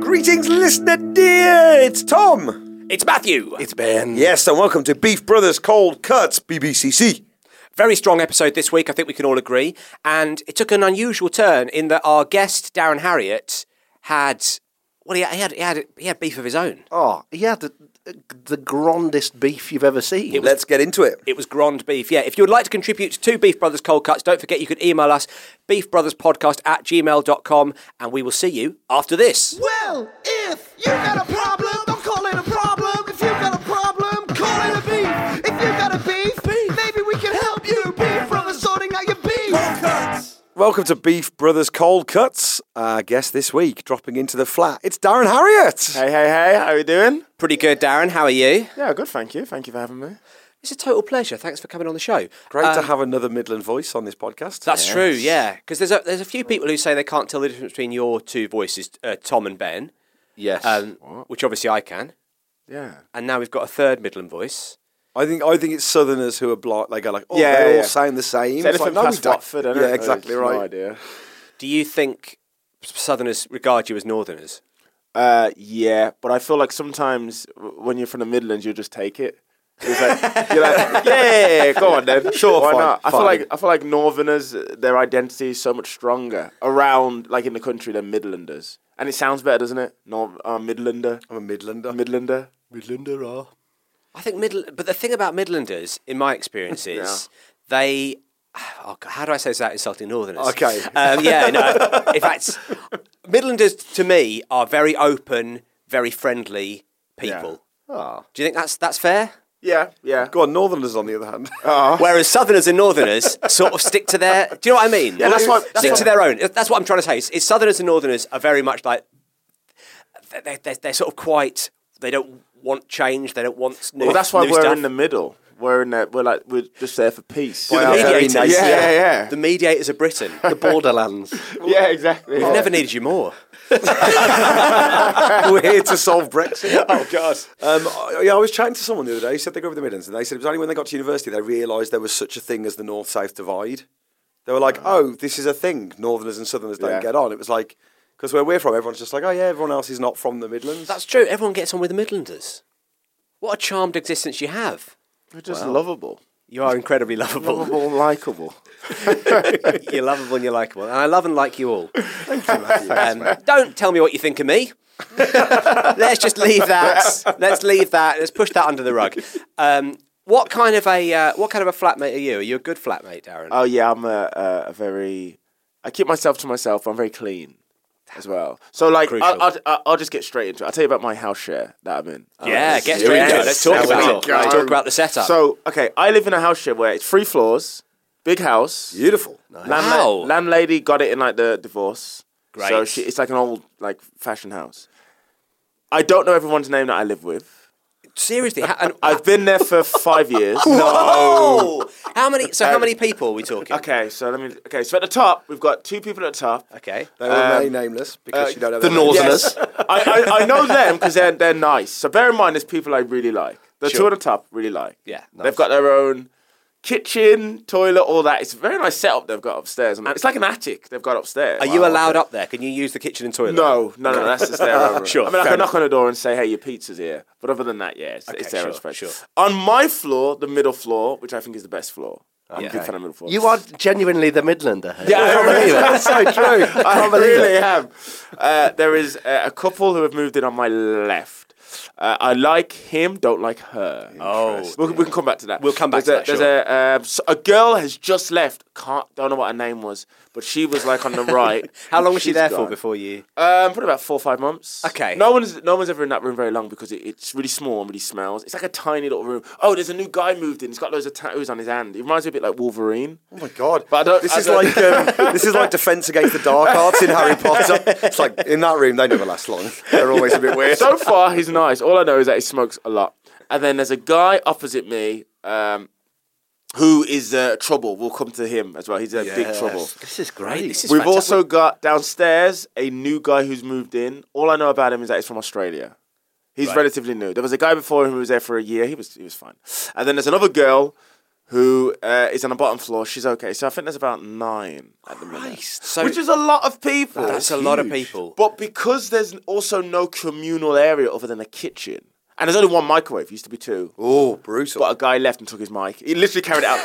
Greetings, listener dear! It's Tom! It's Matthew. It's Ben. Yes, and welcome to Beef Brothers Cold Cuts, BBCC. Very strong episode this week, I think we can all agree. And it took an unusual turn in that our guest, Darren Harriott, had well he had he had, he had, he had beef of his own. Oh, he had the, the grandest beef you've ever seen. Let's get into it. It was grand beef, yeah. If you would like to contribute to Beef Brothers Cold Cuts, don't forget you can email us beefbrotherspodcast at gmail.com and we will see you after this. Well, if you got a problem, don't call it a problem. If you got a problem, call it a beef. If you got a beef, maybe we can help you. Beef brothers sorting out your beef. Welcome to Beef Brothers Cold Cuts. Our guest this week, dropping into the flat, it's Darren Harriott. Hey, hey, hey, how you doing? Pretty good, Darren. How are you? Yeah, good, thank you. Thank you for having me. It's a total pleasure. Thanks for coming on the show. Great to Um, have another Midland voice on this podcast. That's true, yeah. Because there's a, there's a few people who say they can't tell the difference between your two voices, uh, Tom and Ben, Yes. um, which obviously I can. Yeah. And now we've got a third Midland voice. I think I think it's Southerners who are blind. They go like, oh, Yeah, they yeah, all yeah. sound the same. It's anything like, we past don't. Watford, innit? Yeah, exactly It's right. No idea. Do you think Southerners regard you as Northerners? Uh, yeah, but I feel like sometimes w- when you're from the Midlands, you'll just take it. It's like, you're like, yeah, go on then. Sure, why fine, not? I fine. feel like I feel like Northerners, uh, their identity is so much stronger around, like in the country, than Midlanders. And it sounds better, doesn't it? North, uh, Midlander, I'm a Midlander. Midlander. Midlander, ah. I think Midl but the thing about Midlanders, in my experience, is they. Oh God, how do I say this without insulting Northerners? Okay. Um, yeah, no. In fact, Midlanders to me are very open, very friendly people. Do you think that's that's fair? Yeah, yeah. Ah, Go on, Northerners on the other hand. Whereas Southerners and Northerners sort of stick to their. Do you know what I mean? Yeah, that's what- stick that's to their own. That's what I'm trying to say. Is, is Southerners and Northerners are very much like they're, they're, they're sort of quite. They don't want change. They don't want new. Well, that's why new we're stuff. in the middle. We're in there. We're like we're just there for peace. You're the Well, very mediators. nice, yeah, yeah, yeah. The mediators of Britain. the borderlands. yeah, exactly. We've never needed you more. We're here to solve Brexit. Oh God. Um, I, yeah, I was chatting to someone the other day who said they go over the Midlands, and they said it was only when they got to university they realised there was such a thing as the North South divide. They were like, oh, this is a thing. Northerners and Southerners don't Yeah. get on. It was like, because where we're from, everyone's just like, oh, yeah, everyone else is not from the Midlands. That's true. Everyone gets on with the Midlanders. What a charmed existence you have. We're just lovable, You are incredibly lovable. lovable, and likable. you're lovable and you're likable. And I love and like you all. Um, don't tell me what you think of me. Let's just leave that. Let's leave that. Let's push that under the rug. Um, what kind of a uh, what kind of a flatmate are you? Are you a good flatmate, Darren? Oh yeah, I'm a, a, a very. I keep myself to myself. I'm very clean, as well. So like, I, Crucial. I, I, I'll just get straight into it. I'll tell you about my house share that I'm in. Um, Oh, yeah, get here straight we into go. it. Let's talk Here we about it. go. Let's talk about the setup. So okay, I live in a house share where it's three floors, big house. beautiful. Landla- Wow. landlady got it in like the divorce. Great. So she, it's like an old like fashion house. I don't know everyone's name that I live with. seriously, how, and, I've been there for five years. Oh, how many? So how many people are we talking? Okay, so let me. Okay, so at the top we've got two people at the top. Um, Okay. Uh, They were remain nameless because you don't have the their name. Northerners. I, I, I know them because they're they're nice. So bear in mind, there's people I really like. The two Sure. at the top really like. Yeah, nice. they've got their own kitchen, toilet, all that. It's a very nice setup they've got upstairs, and it's like an attic they've got upstairs. Are you allowed up there? Can you use the kitchen and toilet? No, no, no, that's just their own room. Sure, I mean, fair I can enough. knock on the door and say, hey, your pizza's here. But other than that, yeah, it's, Okay, it's their own sure, space. sure. On my floor, the middle floor, which I think is the best floor. I'm a big Okay. fan of middle floor. you are genuinely the Midlander. hey? Yeah, I can't believe it. That's so true. I believe really am. Uh, there is uh, a couple who have moved in on my left. Uh, I like him, don't like her. Oh, we'll, we can come back to that. We'll come back there's to a, that, There's a, um, s- a girl has just left. Can't don't know what her name was, but she was like on the right. How long was she She's there for gone. before you? Um, probably about four or five months. Okay. No one's no one's ever in that room very long because it, it's really small and really smells. It's like a tiny little room. Oh, there's a new guy moved in. He's got loads of tattoos on his hand. He reminds me a bit like Wolverine. Oh my god! But I don't- this I is don't- like um, this is like Defense Against the Dark Arts in Harry Potter. It's like in that room they never last long. They're always a bit weird. so far, he's nice. All I know is that he smokes a lot. And then there's a guy opposite me um, who is uh, trouble. We'll come to him as well. He's a big trouble. This is great. This We've also got downstairs a new guy who's moved in. All I know about him is that he's from Australia. He's relatively new. There was a guy before him who was there for a year. He was he was fine. And then there's another girl who uh, is on the bottom floor. She's okay. So I think there's about nine at the minute, So- which is a lot of people. That's a lot of people. But because there's also no communal area other than a kitchen, and there's only one microwave. Used to be two. Oh, brutal! But a guy left and took his mic. He literally carried it out.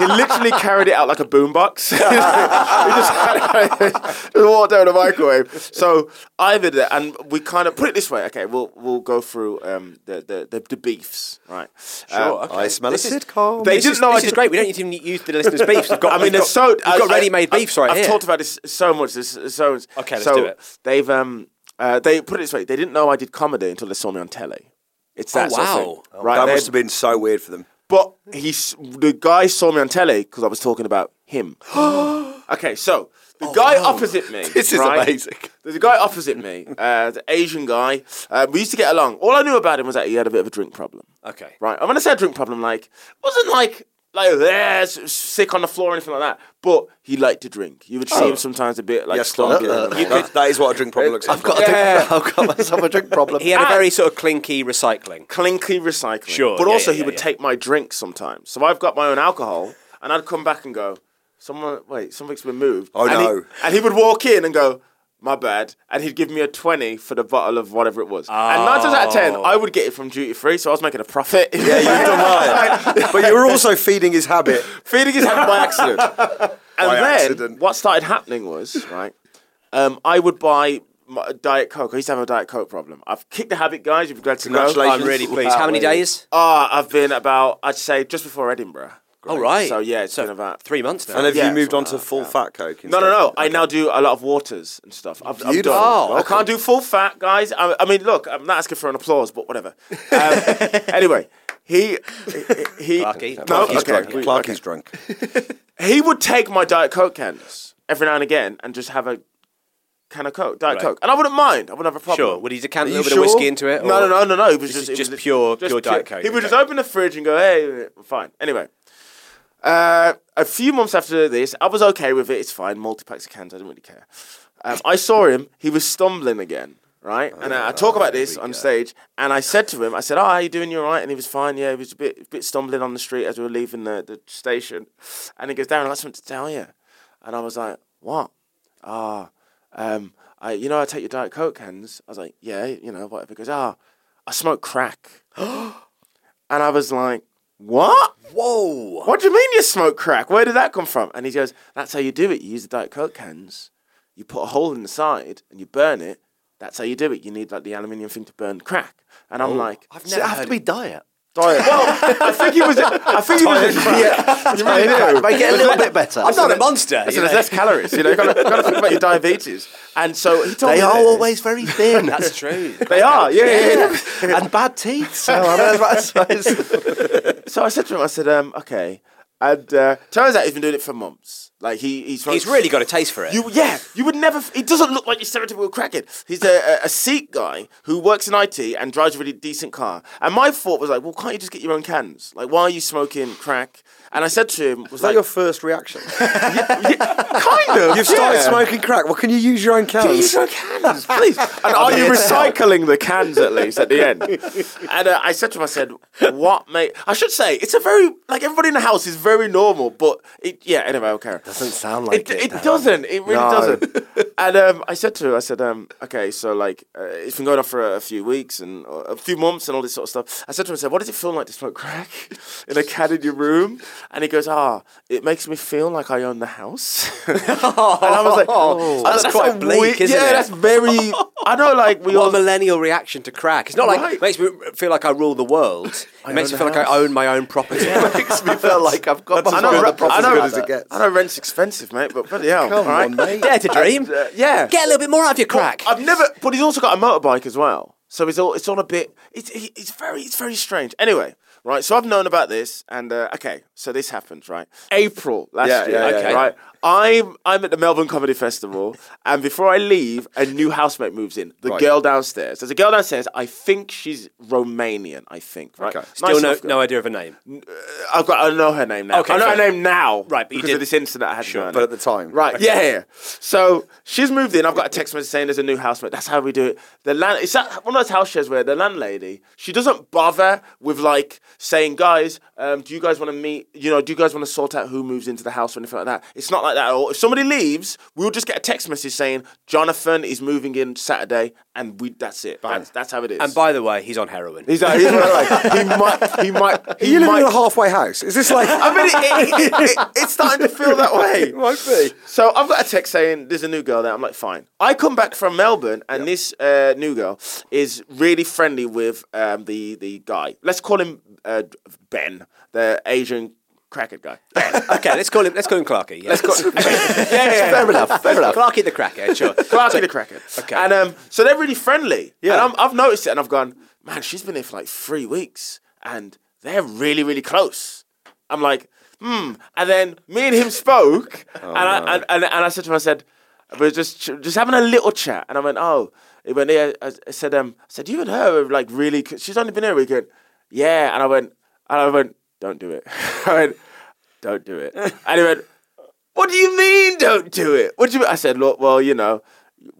he, he literally carried it out like a boombox. he just, had it- just walked down the microwave. So I did that, and we kind of put it this way. Okay, we'll we'll go through um, the, the the the beefs, right? Um, Sure. I smell a sitcom. They this didn't is, know I this is did- great. We don't even use the listeners' beefs. We've got, I mean, we've there's got, so we've got I- I- ready-made I've- beefs right I've here. talked about this so much. This is so Okay, let's so do it. They've um uh, they put it this way. They didn't know I did comedy until they saw me on telly. It's that sort of wow. thing, Oh, right? that They- must have been so weird for them. But he, s- the guy saw me on telly because I was talking about him. okay, so the guy opposite me. Oh, This is right? amazing. There's a guy opposite me, uh, the Asian guy. Uh, we used to get along. All I knew about him was that he had a bit of a drink problem. Okay. Right. And when I say a drink problem, like wasn't like like there sick on the floor or anything like that. But he liked to drink. You would see him sometimes a bit like Oh. Yes, uh, stoned that- and all that- that. that is what a drink problem looks like. I've got, Yeah. a drink, I've got myself a drink problem. He had a very sort of clinky recycling. clinky recycling. Sure, But yeah, also yeah, he yeah, would yeah. take my drink sometimes. So I've got my own alcohol and I'd come back and go, Someone wait, something's been moved. Oh, and no. He, and he would walk in and go, My bad. And he'd give me a twenty for the bottle of whatever it was. And nine times out of ten, I would get it from duty free, so I was making a profit. yeah, you've done well. but you were also feeding his habit. Feeding his hand by accident. And then accident. what started happening was, right, um, I would buy my Diet Coke. I used to have a Diet Coke problem. I've kicked the habit, guys. You'd be glad to know. Congratulations. I'm really pleased. How many days? Ah, I've been about, I'd say, just before Edinburgh. All Oh, right. So yeah, it's been about three months now. And have Yeah, you moved on something to like full fat coke? No, no, no. I now do a lot of waters and stuff. I've, I've Beautiful. done. Oh, I can't do full fat, guys. I, I mean, look, I'm not asking for an applause, but whatever. Um, anyway, he he Clarky. no, Clarky's okay, drunk. we- Clarky's drunk. he would take my Diet Coke cans every now and again and just have a can of Coke, Diet Right. Coke. And I wouldn't mind. I wouldn't have a problem. Sure. Would he decant a Are little you bit of whiskey into it? No, or- no, no, no, no. It was This just, is it was just pure- just pure Diet Coke, He would okay. just open the fridge and go, hey, fine. Anyway. Uh, a few months after this, I was okay with it. It's fine. Multi packs of cans. I didn't really care. Um, I saw him. He was stumbling again, right? and I, I Oh, talk about this on stage. And I said to him, I said, "Oh, how you doing? You all right?" And he was fine. Yeah, he was a bit, bit stumbling on the street as we were leaving the, the station. And he goes, "Darren, I got something to tell you." And I was like, "What?" Ah, um, I, you know, I take your diet coke cans. I was like, "Yeah, you know, whatever." He goes, "Ah, I smoke crack." and I was like, "What?" Whoa. What do you mean you smoke crack? Where did that come from? And he goes, That's how you do it. You use the Diet Coke cans, you put a hole in the side and you burn it. That's how you do it. You need like the aluminium thing to burn crack. And I'm like, I've Does it never have heard to be diet? well, I think he was. I think he was. Yeah, you really do. Make it a little bit better. I'm not a monster. Listen, you there's know. less calories. You know, you gotta, you gotta think about your diabetes. And so he told They me are this. always very thin. That's true. They are. Yeah, yeah, yeah. and bad teeth. So I don't know if that's- So I said to him, I said, um, okay. And uh, turns out he's been doing it for months. Like he, he's He's really got a taste for it. You, yeah, you would never. He doesn't look like your stereotypical crackhead. He's a, a, a Sikh guy who works in IT and drives a really decent car. And my thought was like, well, can't you just get your own cans? Like, why are you smoking crack? And I said to him, was Is that like, your first reaction? kind of. You've started yeah. smoking crack. Well, can you use your own Use cans? your cans, please. And are you recycling the cans at least at the end? And uh, I said to him, I said, "What, mate? I should say it's a very like everybody in the house is very normal, but it, yeah. Anyway, okay. doesn't sound like it. It, Darren. doesn't. It really No. doesn't. and um, I said to her, I said, um, okay, so like uh, it's been going on for a, a few weeks and uh, a few months and all this sort of stuff. I said to him, I said, what does it feel like to smoke crack in a can in your room? And he goes, ah, it makes me feel like I own the house. and I was like, oh, That's quite bleak, weird- isn't yeah, it? that's very I know, like what we all. a millennial reaction to crack. It's not like Right. it makes me feel like I rule the world. it makes me feel like I own my own property. makes me feel like I've got I my know, brother re- I, properly know, good as it gets. I know rent's expensive, mate, but bloody hell. Come all right? on, mate. Dare to dream. Uh, yeah. Get a little bit more out of your crack. I've never, but he's also got a motorbike as well. So it's all, it's all a bit, it's, he- it's very, it's very strange. Anyway, right. So I've known about this, and uh, okay, so this happened, right? April last Yeah, year, yeah, yeah, Okay. yeah. right? I'm, I'm at the Melbourne Comedy Festival, and before I leave, a new housemate moves in. The Right. girl downstairs. There's a girl downstairs. I think she's Romanian. I think, right? Okay. Still no, enough girl. uh, no idea of a name. I've got. I know her name now. Okay, I know fair. her name now. Right, but you because did- of this incident I had. Sure, but at the time. Right. Yeah, yeah. So she's moved in. I've got a text message saying there's a new housemate. That's how we do it. The land. It's that one of those house shares where the landlady she doesn't bother with like saying, guys, um, do you guys want to meet? You know, do you guys want to sort out who moves into the house or anything like that? It's not like that at all. If somebody leaves, we'll just get a text message saying Jonathan is moving in Saturday, and we. That's it. That's, that's how it is. And by the way, he's on heroin. He's like, he's like, he might, he might, Are he you living might in a halfway house? Is this like. I mean, it, it, it, it's starting to feel that way. It might be. So I've got a text saying there's a new girl there. I'm like, fine. I come back from Melbourne, and this uh, new girl is really friendly with um, the the guy. Let's call him uh, Ben, the Asian crackhead guy. okay, let's call him. Let's call him Clarky. Yeah. Let's call Fair enough. Fair enough. Clarky the cracker. Sure. Clarky the crackhead. Okay. And um, so they're really friendly. Yeah. And I'm, I've noticed it, and I've gone, man, she's been here for like three weeks, and they're really, really close. I'm like, hmm. And then me and him spoke, and, I, and, and and I said to him, I said, we're just ch- just having a little chat, and I went, oh. He went, yeah. I, I said, um, I said, you and her are like really. c- She's only been here a week. He went, Yeah, and I went, and I went, don't do it. I went, don't do it. And he went, what do you mean don't do it? What do you mean? I said, look, well, you know,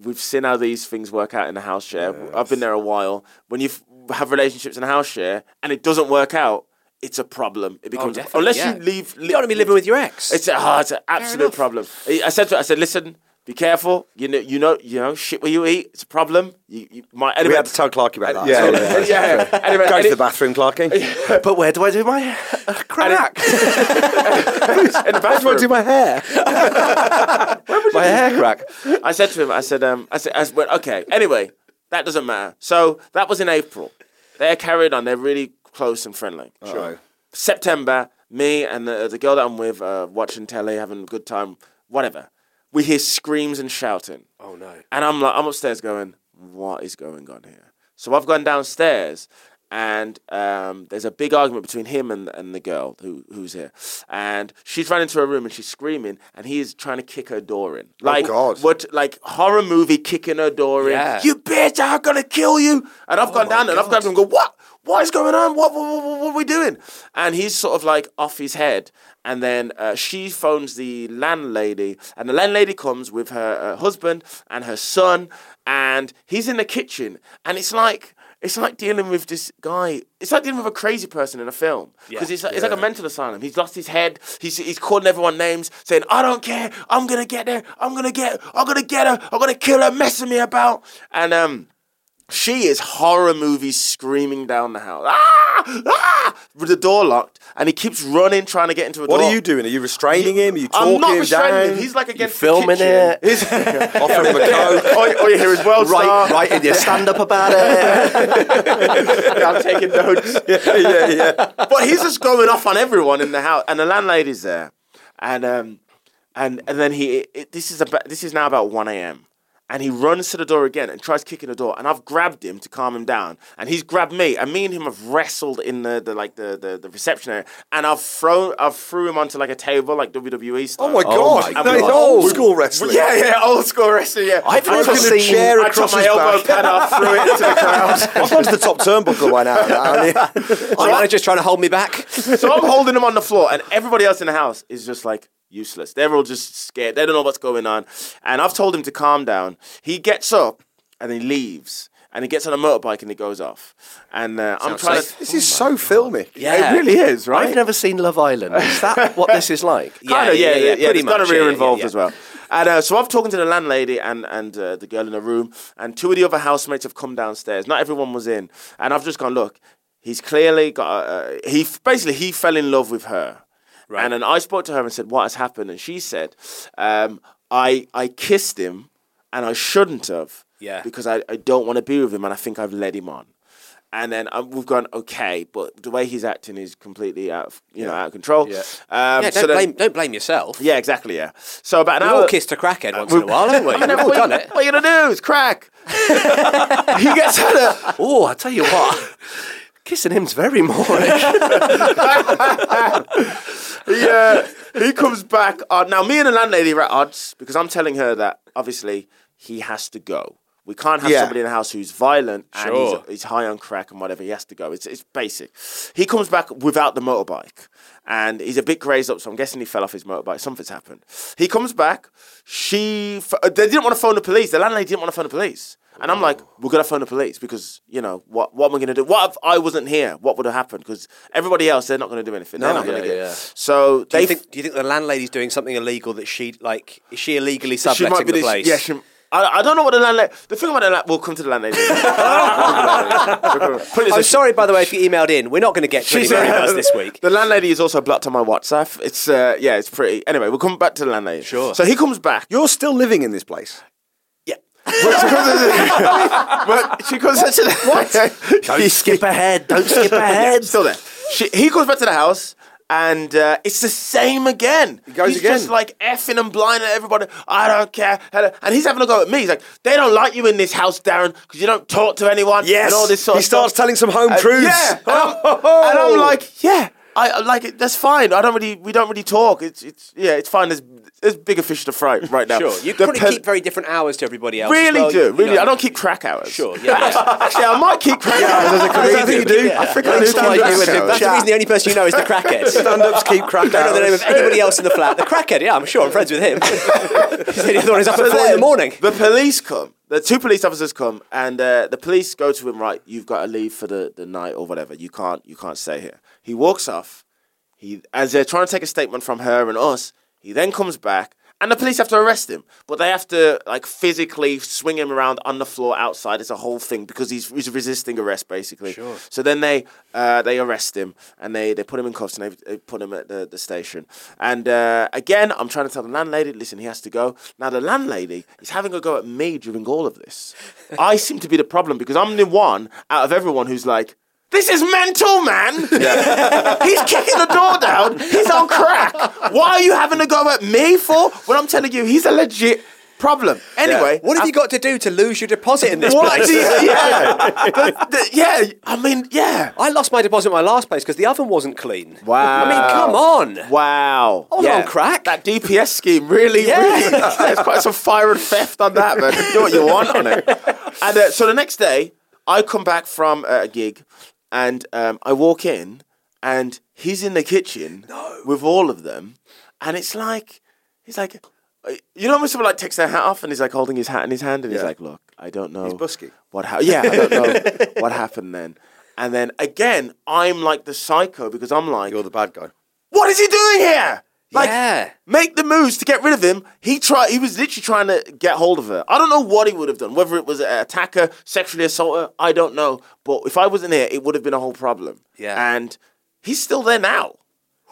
we've seen how these things work out in a house share. I've been there a while. When you f- have relationships in a house share and it doesn't work out, it's a problem. It becomes definitely, unless yeah. you leave. You don't want to be living with your ex. It's a oh, it's an absolute problem. I I said to her, I said, listen, be careful. You know, you know, you know, shit where you eat. It's a problem. You, you might. Anyway, We had to tell Clarky about that. yeah, So- yeah, yeah. Anyway, Go and to it- the bathroom, Clarky. But where do I do my crack? in the bathroom. do my hair? my hair crack. I said to him, I said, um, I said, I went, okay. Anyway, that doesn't matter. So that was in April. They're carried on. They're really close and friendly. Sure. September, me and the, the girl that I'm with, uh, watching telly, having a good time, whatever. We hear screams and shouting. Oh no! And I'm like, I'm upstairs going, what is going on here? So I've gone downstairs, and um, there's a big argument between him and and the girl who who's here, and she's run into her room and she's screaming, and he is trying to kick her door in, like God. what, like horror movie kicking her door in. Yeah. You bitch! I'm gonna kill you! And I've gone down there and I've grabbed him and go, what? What is going on? What, what, what, what are we doing? And he's sort of like off his head. And then uh, she phones the landlady, and the landlady comes with her uh, husband and her son, and he's in the kitchen. And it's like it's like dealing with this guy. It's like dealing with a crazy person in a film because it's, like, it's like a mental asylum. He's lost his head. He's he's calling everyone names, saying, "I don't care. I'm gonna get there. I'm gonna get. I'm gonna get her. I'm gonna kill her. Messing me about." And um. She is horror movie screaming down the house. Ah! Ah! With the door locked, and he keeps running, trying to get into a What door. are you doing? Are you restraining him? Are you talking I'm not him restraining down? him. He's like against filming the it? kitchen. He's offering him a coke. all, you- all you hear is well Right, right in your stand up about it. I'm taking notes. yeah, yeah, yeah. but he's just going off on everyone in the house, and the landlady's there, and um, and and then he it, this is about this is now about one a.m. and he runs to the door again and tries kicking the door, and I've grabbed him to calm him down, and he's grabbed me, and me and him have wrestled in the, the like the, the the reception area, and I've thrown I've threw him onto like a table like WWE style. Oh my god. my that is God. old school wrestling. Yeah, yeah, old school wrestling. Yeah, I've I never took- seen- chair I took across my his elbow back. pad off, threw it into the crowd. I've gone to the top turnbuckle by now. My manager's trying to hold me back. So I'm holding him on the floor, and everybody else in the house is just like useless. They're all just scared. They don't know what's going on. And I've told him to calm down. He gets up and he leaves. And he gets on a motorbike and he goes off. And uh, I'm trying safe. to. This is so filmic. Yeah. It really is, right? I've never seen Love Island. Is that what this is like? kind of, yeah, yeah, yeah, pretty There's much. gonorrhea yeah, yeah, involved yeah. as well. And uh, so I've talking to the landlady and and uh, the girl in the room, and two of the other housemates have come downstairs. Not everyone was in, and I've just gone look. He's clearly got. A, a, he basically he fell in love with her, right. and then I spoke to her and said what has happened, and she said, um, I I kissed him, and I shouldn't have. Yeah. Because I, I don't want to be with him and I think I've led him on. And then um, we've gone, okay, but the way he's acting is completely out of, you know, out of control. Yeah. Um, yeah, so don't, then- blame, don't blame yourself. Yeah, exactly, yeah. So about an We've hour. all kissed a crackhead once in a while, haven't we? I We've know, all what, done you, it. what you gonna do? It's crack. he gets out of Oh, I tell you what, kissing him's very morning. he, uh, he comes back on. Now, me and the landlady are at odds because I'm telling her that obviously he has to go. We can't have Yeah. somebody in the house who's violent and he's- Sure. he's, high on crack and whatever. He has to go. It's, it's basic. He comes back without the motorbike and he's a bit grazed up, so I'm guessing he fell off his motorbike. Something's happened. He comes back. She. ph- uh, They didn't want to phone the police. The landlady didn't want to phone the police. And I'm like, we're gonna phone the police because you know what? What am I gonna do? What if I wasn't here? What would have happened? Because everybody else, they're not gonna do anything. they're No, not gonna yeah, get. yeah. So Do they you, think, do you think the landlady's doing something illegal that she, like, is she illegally subletting the this- place? Yeah, she, I, I don't know what the landlady. The thing about the landlady. We'll come to the landlady. We'll come to the landlady. Put it this I'm way, sorry, by the way, if you emailed in. We're not going to get to any uh, emails this week. The landlady is also blocked on my WhatsApp. It's uh, yeah, it's pretty. Anyway, we'll come back to the landlady. Sure. So he comes back. You're still living in this place. Yeah. Well, she comes into- well, she comes into the what? Don't skip ahead. Don't skip ahead. Still there. She, he goes back to the house. And uh, it's the same again. He goes he's again. just like effing and blinding everybody. I don't care. And he's having a go at me. He's like, they don't like you in this house, Darren, because you don't talk to anyone. And all this sort he of starts stuff. telling some home Uh, truths. Yeah. And I'm, and I'm like, yeah, I I like it. That's fine. I don't really, we don't really talk. It's, it's, yeah, it's fine. There's, there's bigger fish to fry right now. Sure. You The probably pe- keep very different hours to everybody else. as Really well, do, you- you really. know. I don't keep crack hours. Sure, yeah, yeah. Actually, I might keep crack hours as a comedian. I think you do. Yeah. I freaking That looks understand like that you would do. show. That's the Chat. reason the only person you know is the crackhead. Stand-ups keep crack don't know the name hours. of anybody else in the flat. The crackhead, yeah, I'm sure I'm friends with him. He's the other one who's up at four in the then morning. The police come. The two police officers come, and uh, the police go to him. Right, you've got to leave for the, the night or whatever. You can't you can't stay here. He walks off. He as they're trying to take a statement from her and us. He then comes back, and the police have to arrest him. But they have to like physically swing him around on the floor outside. It's a whole thing because he's, he's resisting arrest basically. Sure. So then they uh, they arrest him and they, they put him in cuffs and they, they put him at the, the station. And uh, again, I'm trying to tell the landlady, listen, he has to go. Now the landlady is having a go at me during all of this. I seem to be the problem because I'm the one out of everyone who's like. This is mental, man. He's kicking the door down. He's on crack. Why are you having a go at me for? When I'm telling you, he's a legit problem. Anyway, What have you got to do to lose your deposit in this what? place? do you- yeah. The- the- yeah. I mean, yeah. I lost my deposit at my last place because the oven wasn't clean. Wow. I mean, come on. Wow. I was on crack. That DPS scheme really, Yeah. really. There's quite some fire and theft on that, man. Do what you want on it. And uh, so the next day, I come back from uh, a gig and um, I walk in and he's in the kitchen with all of them. And it's like, he's like, uh, you know when someone like takes their hat off and he's like holding his hat in his hand and he's Yeah. like, look, I don't know. He's busky. What ha- yeah, I don't know what happened then. And then again, I'm like the psycho because I'm like, You're the bad guy. what is he doing here? Like, Yeah. make the moves to get rid of him. He tried. He was literally trying to get hold of her. I don't know what he would have done. Whether it was an attacker, sexually assault her, I don't know. But if I wasn't here, it would have been a whole problem. Yeah. And he's still there now.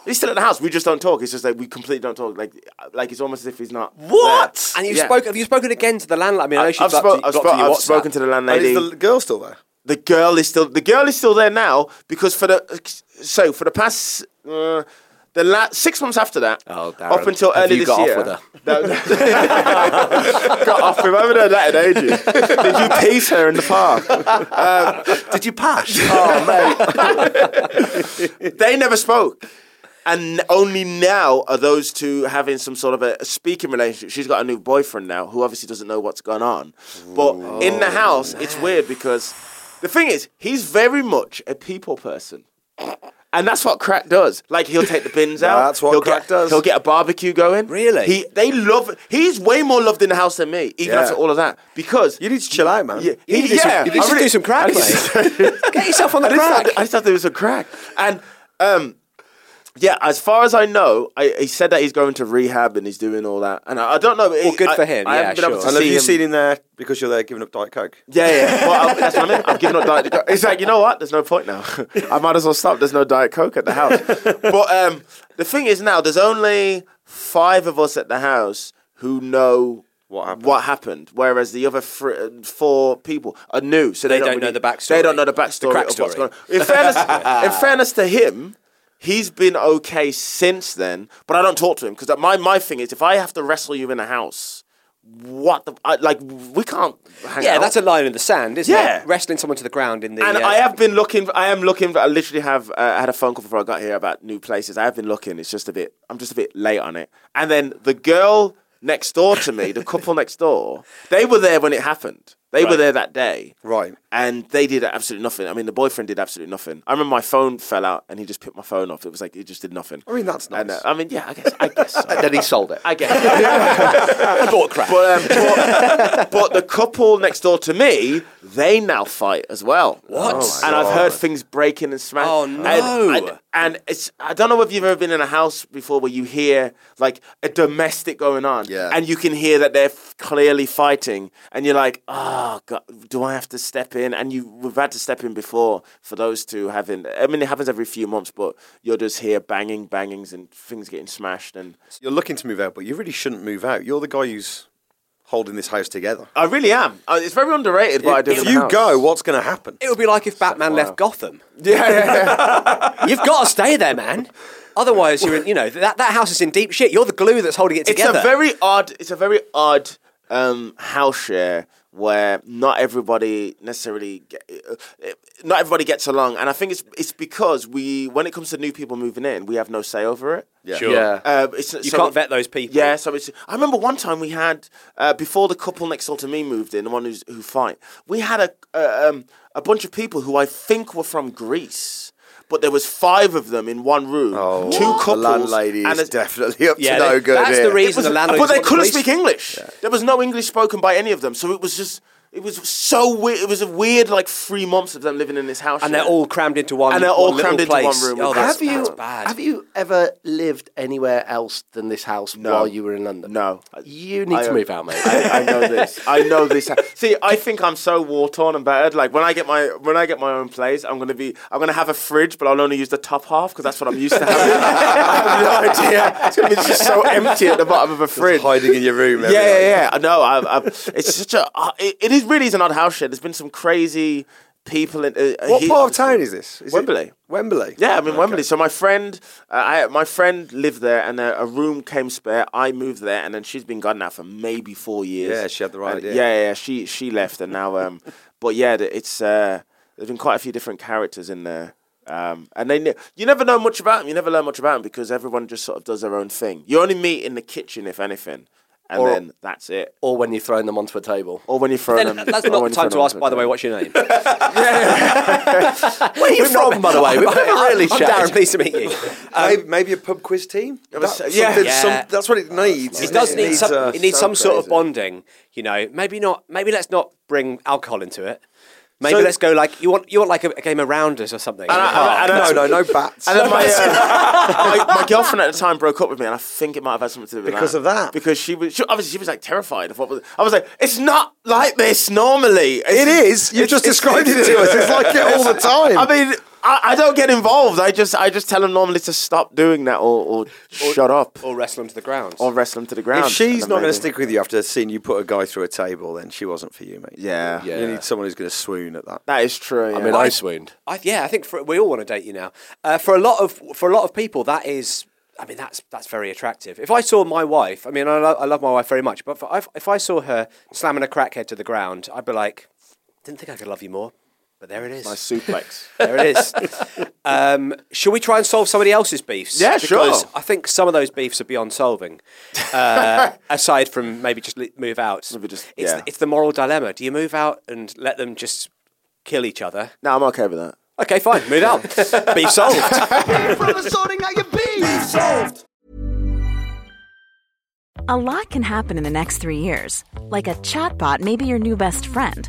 He's still at the house. We just don't talk. It's just like we completely don't talk. Like, like it's almost as if he's not. What? there. And you've Yeah. spoken. Have you spoken again to the landlord? I mean, I know I've, she's got spoke- to, got I've, spoke- to your I've WhatsApp. spoken to the And landlady is the girl still there? the girl is still the girl is still there now because for the so for the past uh, the la- six months after that Oh, Darren, up until have early you this got off year with her? No, no. got off with her. I haven't heard that in ages did you tease her in the park Did you pass? they never spoke. And only now are those two having some sort of a speaking relationship. She's got a new boyfriend now who obviously doesn't know what's gone on. But in the house, it's weird because the thing is, he's very much a people person. And that's what crack does. Like he'll take the bins out. That's what he'll crack get, does. He'll get a barbecue going. Really? He they love he's way more loved in the house than me, even Yeah. after all of that. Because You need to chill out, man. yeah, You need to do some- you need to do some crack, I just- Get yourself on the I just, crack. thought, I just thought there was a crack. And um, yeah, as far as I know, I, he said that he's going to rehab and he's doing all that. And I, I don't know. Well, good for him, I yeah, haven't been able sure. to And see have you him. seen him there because you're there giving up Diet Coke? Yeah, yeah. Well, I, that's what I mean. I've given up Diet Coke. It's like, you know what? There's no point now. I might as well stop. There's no Diet Coke at the house. but um, the thing is now, there's only five of us at the house who know What happened? What happened? Whereas the other thr- four people are new, so They they, don't know really- the backstory. They don't know the The backstory crack of what's story. going on. In fairness, in fairness to him, he's been okay since then. But I don't talk to him because my my thing is if I have to wrestle you in a house, what the I, like we can't. Hang Yeah, out. that's a line in the sand, isn't Yeah. it? Wrestling someone to the ground in the. And uh, I have been looking. I am looking. I literally have. Uh, I had a phone call before I got here about new places. I have been looking. It's just a bit. I'm just a bit late on it. And then the girl next door to me, the couple next door, they were there when it happened. They were there that day. Right. And they did absolutely nothing. I mean, the boyfriend did absolutely nothing. I remember my phone fell out, and he just picked my phone up. It was like he just did nothing. I mean, that's nice. And, uh, I mean, yeah, I guess. I guess. So. Then he sold it. I guess. bought crap. But, um, but, but the couple next door to me, they now fight as well. Oh What? and I've heard things breaking and smashing. Oh, no. And, and, and it's I don't know if you've ever been in a house before where you hear like a domestic going on, Yeah. and you can hear that they're f- clearly fighting, and you're like, oh god, do I have to step in? And you we've had to step in before for those two having. I mean, it happens every few months, but you'll just hear banging, bangings, and things getting smashed and. You're looking to move out, but you really shouldn't move out. You're the guy who's holding this house together. I really am. Uh, it's very underrated what I do. If in the you house. go, what's going to happen? It would be like if Batman left Gotham. yeah, yeah, You've got to stay there, man. Otherwise, you're in, you know that, that house is in deep shit. You're the glue that's holding it it's together. a very odd. It's a very odd um, house share where not everybody necessarily, get, uh, uh, not everybody gets along, and I think it's it's because we, when it comes to new people moving in, we have no say over it. Yeah, Sure. Uh, it's, You can't vet those people. Yeah, so it's, I remember one time we had uh, before the couple next door to me moved in, the one who's, who fight. We had a uh, um, a bunch of people who I think were from Greece, but there was five of them in one room, Oh, two the couples, landlady and is a- definitely up Yeah, to no that- good. that's here. the reason was- the landlord. But they couldn't speak English. There was no English spoken by any of them, so it was just it was so weird. It was a weird like three months of them living in this house, and they're yeah. all crammed into one. And they're all one little crammed into place. one room. Oh, that's, have you that's bad. have you ever lived anywhere else than this house while you were in London? no. You need I- to move out, mate. I, I know this. I know this. See, I think I'm so war torn and battered. Like when I get my when I get my own place, I'm gonna be I'm gonna have a fridge, but I'll only use the top half because that's what I'm used to having. I have no idea. It's gonna be just so empty at the bottom of a fridge. hiding in your room. Yeah, yeah, yeah. I know. I, I, it's such a. uh, It, it is really is an odd house shit. There's been some crazy people in. Uh, What he- part of town is this? Is it- Wembley. Wembley. Yeah, I'm in Wembley. So my friend, uh, I, my friend lived there, and a, a room came spare. I moved there, and then she's been gone now for maybe four years. Yeah, she had the right And idea. Yeah, yeah, she she left, and now um, but yeah, th- it's uh, there's been quite a few different characters in there. Um, and they, ne- you never know much about them. You never learn much about them because everyone just sort of does their own thing. You only meet in the kitchen, if anything, and Or- then that's it. or when you're throwing them onto a table. Or when you're throwing Then them. that's or not um, when the you're time to throwing ask, them by the way, at what's your name? Where are you from, by the way? We've never really I'm Darren, pleased to meet you. Uh, Maybe, maybe a pub quiz team. was- That- yeah. something- Yeah. some- that's what it needs. It isn't does need some. uh, it needs some sort of crazy. bonding, you know. Maybe not. Maybe let's not bring alcohol into it. Maybe let's go like you want. You want like a, a game of rounders or something. in the I- park. I- No, no, no bats. And then my, uh, my, my girlfriend at the time broke up with me, and I think it might have had something to do with Because that. of that? Because she was she, obviously she was like terrified of what was. I was like, it's not like this normally. it is. You've just described it to us. It's like it all the time. I mean, I, I don't get involved. I just I just tell them normally to stop doing that or, or, shut up or wrestle onto the ground. or wrestle them to the ground. if she's And not going to maybe- stick with you after seeing you put a guy through a table, then she wasn't for you, mate. yeah, You need someone who's going to swoon at that. that is true. I yeah. mean, I swooned. I, yeah, I think for, we all want to date you now. Uh, for a lot of for a lot of people, that is, I mean, that's that's very attractive. If I saw my wife, I mean, I, lo- I love my wife very much, but if, if I saw her slamming a crackhead to the ground, I'd be like, didn't think I could love you more, but there it is. my suplex. There it is. um, shall we try and solve somebody else's beefs? Yeah, because sure. I think some of those beefs are beyond solving. Uh, aside from maybe just li- move out. Maybe just- it's, yeah. it's the moral dilemma. Do you move out and let them just kill each other? no, I'm okay with that. Okay, fine, move out. Beef solved. Beef from the sorting out your beef. A lot can happen in the next three years. Like a chatbot may be your new best friend.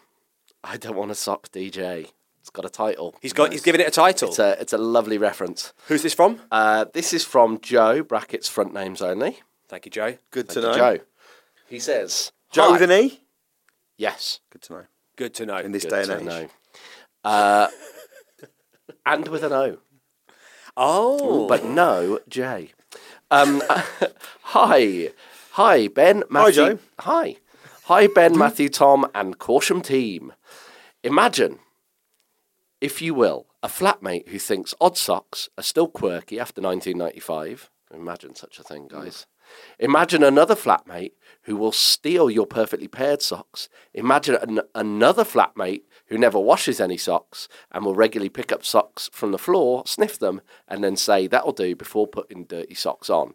I don't want to sock DJ. It's got a title. He's got. He's giving it a title. It's a it's a lovely reference. Who's this from? Uh, this is from Joe. Brackets front names only. Thank you, Joe. Good to Thank you, know. Joe. He says Joe "Hi." with an E? Yes. Good to know. Good to know. In this Good day and to age. know. Uh, and with an O, oh, but no J. Um, hi, hi Ben, Matthew. Joe. Hi, hi Ben, Matthew, Tom, and Caution team. Imagine, if you will, a flatmate who thinks odd socks are still quirky after 1995. Imagine such a thing, guys. Imagine another flatmate who will steal your perfectly paired socks. Imagine an- another flatmate who never washes any socks and will regularly pick up socks from the floor, sniff them, and then say, that'll do before putting dirty socks on.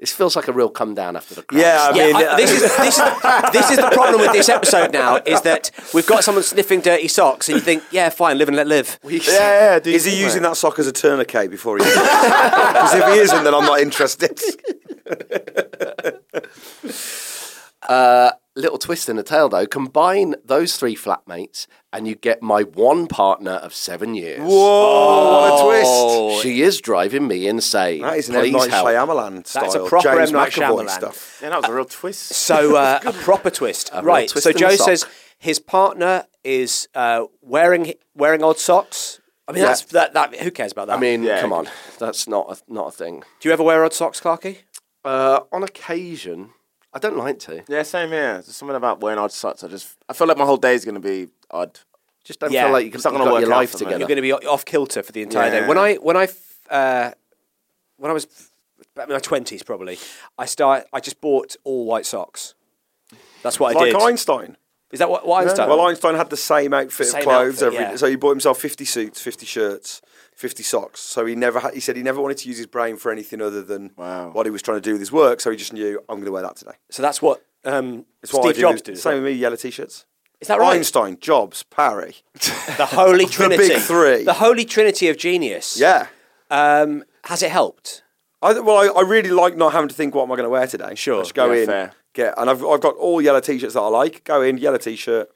This feels like a real come down after the crash. Yeah, I yeah, mean, uh, I- this is this is the, this is the problem with this episode now is that we've got someone sniffing dirty socks, and you think, yeah, fine, live and let live. Yeah, yeah, yeah. Is he using that sock as a tourniquet before he? Because if he isn't, then I'm not interested. little twist in the tail though. Combine those three flatmates, and you get my one partner of seven years. Oh, what a twist! She is driving me insane. That is an M. Please Night help. Shyamalan style. a proper James M. Night McAvoy Shyamalan. stuff. Yeah, that was a real twist. So uh, a proper twist, real right? twist so in the Joe sock. says his partner is uh, wearing wearing old socks. I mean, Yeah. that's that, that. Who cares about that? I mean, Yeah. come on, that's not a, not a thing. do you ever wear odd socks, Clarky? Uh, on occasion, I don't like to. Yeah, same here. There's something about wearing odd socks. I just, I feel like my whole day is gonna be odd. Just don't Yeah, feel like you can it's not you've gonna got work your out life for me. together. You're going to be o- off kilter for the entire day. Yeah. When I when I f- uh, when I was back in my twenties, probably, I start. I just bought all white socks. That's what I Like did. Einstein. Is that what, what I was done? Well, Einstein had the same outfit Same of clothes outfit, every. yeah. So he bought himself fifty suits, fifty shirts, fifty socks. So he never. Had, he said he never wanted to use his brain for anything other than Wow. what he was trying to do with his work. So he just knew I'm going to wear that today. so that's what um, It's Steve what I do. Jobs with- did. is Same with me, yellow t-shirts. Is that right? Einstein, Jobs, Parry. that- The Holy Trinity. big three. The Holy Trinity of genius. Yeah. Um, has it helped? I, well, I, I really like not having to think what am I going to wear today. Sure, I just go yeah, in, fair. get, and I've, I've got all yellow t-shirts that I like. Go in, yellow t-shirt,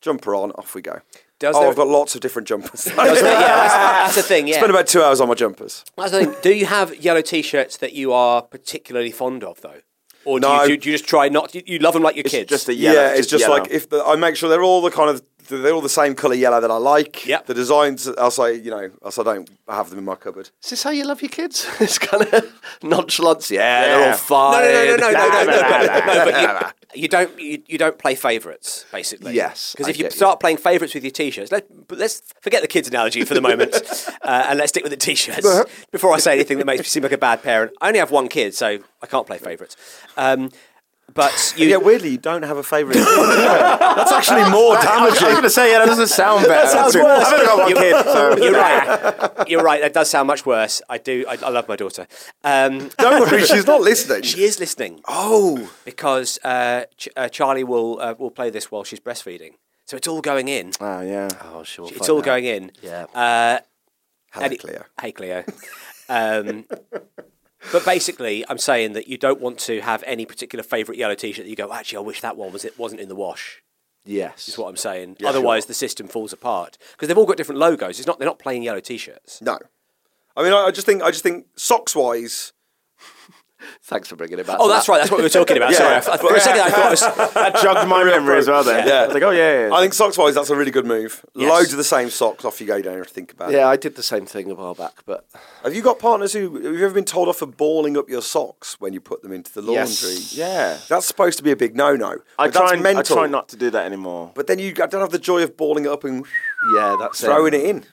jumper on, off we go. Does oh, there- I've got lots of different jumpers. Does that- yeah, that's, that's the thing. Yeah. Spend about two hours on my jumpers. That's the thing. Do you have yellow t-shirts that you are particularly fond of, though, or do, No. you, do you just try not? You, you love them like your kids. just a yellow. yeah, it's just yellow. like if the, I make sure they're all the kind of they're all the same colour yellow that I like. Yep. The designs, else I you know, else I don't have them in my cupboard. Is this how you love your kids? it's kind of nonchalance. Yeah, they're Yeah. all fine. No, no, no, no, no, no, no, no, no, but you, you don't you, you don't play favourites basically. Yes, because I if you get you. start playing favourites with your t-shirts, let but let's forget the kids analogy for the moment, uh, and let's stick with the t-shirts. Before I say anything that makes me seem like a bad parent, I only have one kid, so I can't play favourites. Um, but you, Yeah, weirdly, you don't have a favourite. That's actually more damaging. gonna say yeah, that doesn't sound better. that sounds worse. I've only got one You- kid. So. you're right. You're right. That does sound much worse. I do. I, I love my daughter. Um, Don't worry, she's not listening. She is listening. Oh, because uh, Ch- uh, Charlie will uh, will play this while she's breastfeeding. So it's all going in. Oh yeah. Oh, sure. it's all going in. Yeah. Uh, Hello, any- Cleo. Hey, Cleo. um, but basically, I'm saying that you don't want to have any particular favourite yellow T-shirt that you go. Actually, I wish that one was it wasn't in the wash. Yes. Is what I'm saying. Otherwise, the system falls apart because they've all got different logos. It's not they're not plain yellow T-shirts. No, I mean, I, I just think, I just think socks wise. Thanks for bringing it back. Oh, to that's that. right. That's what we were talking about. Sorry, I, I, for a second I thought it was. That jogged my memory as well. Then Yeah. I was like, oh yeah. yeah. I think socks wise, that's a really good move. Yes. Loads of the same socks. Off you go. You don't have to think about it. Yeah, I did the same thing a while back, but Have you got partners who have you ever been told off for balling up your socks when you put them into the Yes. laundry? Yeah. That's supposed to be a big no-no. I but that's try. And, I mental. try not to do that anymore. But then you I don't have the joy of balling it up and yeah, that's throwing it in.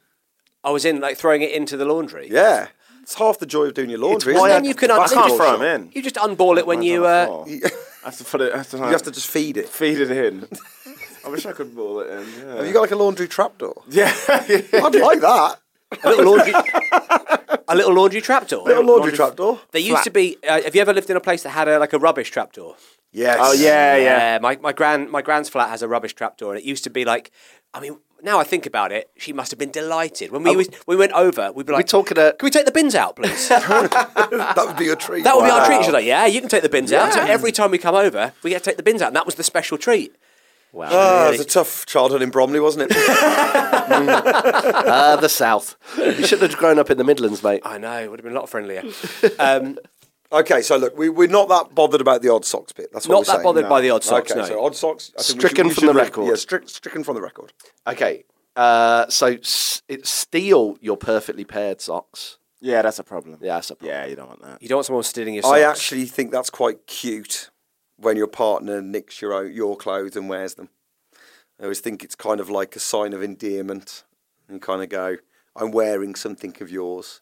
I was in like throwing it into the laundry. Yeah, it's half the joy of doing your laundry. Well, isn't then it? you can I un- Basketball can't throw shot. them in. You just unball it when Mine's on you the uh, floor. I have to put it. I have to, You have to just feed it. feed it in. I wish I could roll it in. Yeah. Have you got like a laundry trapdoor? yeah. I'd like that. A little laundry, a little laundry trapdoor. A laundry, trapdoor. There used to be. Uh, have you ever lived in a place that had a, like a rubbish trapdoor? Yes. Oh yeah, yeah. Yeah, my, my grand my grand's flat has a rubbish trapdoor, and it used to be like, I mean, now I think about it, she must have been delighted when we was, we went over. We'd be like, talking a- Can we take the bins out, please? that That would be a treat. would be our treat. She's like, Yeah, you can take the bins out. So every time we come over, we get to take the bins out, and that was the special treat. Wow, Ah, it was a tough childhood in Bromley, wasn't it? Ah, the South. You should have grown up in the Midlands, mate. I know, it would have been a lot friendlier. Um, okay, so look, we, we're not that bothered about the odd socks bit. That's what Not we're that saying. bothered by the odd socks, Okay, no. so odd socks. I think we Stricken should- we from the should re- record. Yeah, strict, stricken from the record. Okay. Uh, so s- it's steal your perfectly paired socks. Yeah, that's a problem. Yeah, that's a problem. Yeah, you don't want that. you don't want someone stealing your socks. I actually think that's quite cute when your partner nicks your own, your clothes and wears them. I always think it's kind of like a sign of endearment and kind of go, I'm wearing something of yours.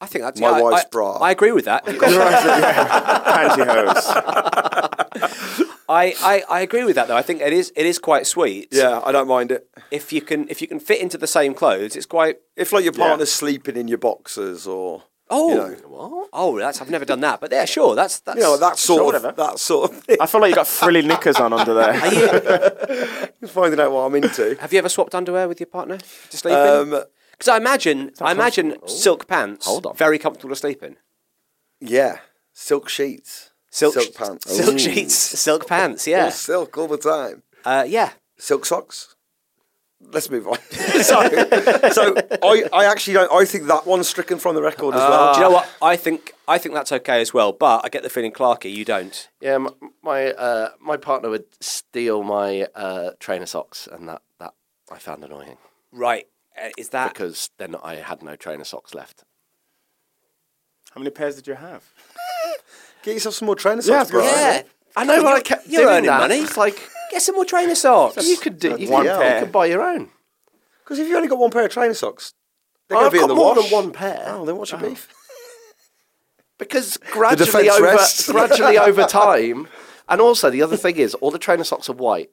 I think that's my yeah, I- wife's I- bra. I agree with that. Pantyhose. I, I, I agree with that though. I think it is it is quite sweet. Yeah, I don't mind it. If you can if you can fit into the same clothes, it's quite If like your partner's sleeping in your boxers or Oh, you know, what? Oh, that's I've never done that. But yeah, sure, that's that's. you know that sort whatever. of that sort of thing. I feel like you got frilly knickers on under there. Are you, finding out what I'm into. have you ever swapped underwear with your partner to sleep Um, in? Because I imagine I imagine silk pants, Hold on. very comfortable to sleep in. Yeah, silk sheets, Silk, silk pants, silk Ooh. sheets, silk pants. All Yeah, silk all the time. uh, yeah. Silk socks. Let's move on. so, so I, I actually don't. I think that one's stricken from the record as well. Do you know what? I think I think that's okay as well. But I get the feeling, Clarky, you don't. Yeah, my my, uh, my partner would steal my uh, trainer socks, and that, that I found annoying Right? Uh, is that because then I had no trainer socks left. How many pairs did you have? Get yourself some more trainers. Yeah, socks, bro. yeah? I know when I kept You're doing earning that, money. It's like Get some more trainer socks. you could do. You one could, you pair. could buy your own. Because if you only got one pair of trainer socks, they're I've going to be got in the more wash. than one pair. Oh, then what's your beef? because gradually defence over rests. gradually over time, and also the other thing is all the trainer socks are white.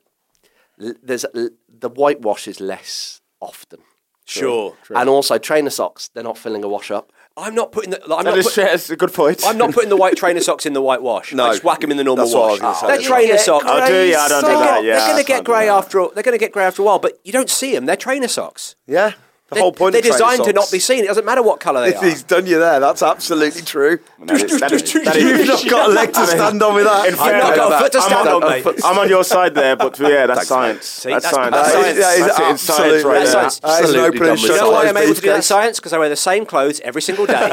L- There's l- the whitewash is less often, Sure. and also trainer socks they're not filling a wash up. I'm not putting the. I'm That not is, put- that's a good point. I'm not putting the white trainer socks in the white wash. No, I just whack them in the normal That's what I wash. was gonna say. They're Yeah. trainer socks. I Oh, do, yeah, I don't do They're that, gonna- yeah, they're going I to get can't do grey that. after. They're going to get grey after a while, but you don't see them. They're trainer socks. Yeah, the They're- whole point. They're of trainer designed to not socks- be seen. It doesn't matter what colour they are. He's done you there. That's absolutely true. That is- that is- that You've is- not got a leg to stand on with that. In fairness, not got a foot to I'm stand on, on, mate. I'm on your side there, but yeah, that's science. See, that's, that's- that's science. science. That is- that is- That is it's science right absolutely- there. that's That is an absolutely open and dumb you shut know why I'm eyes able to these do that in days. science? Because I wear the same clothes every single day,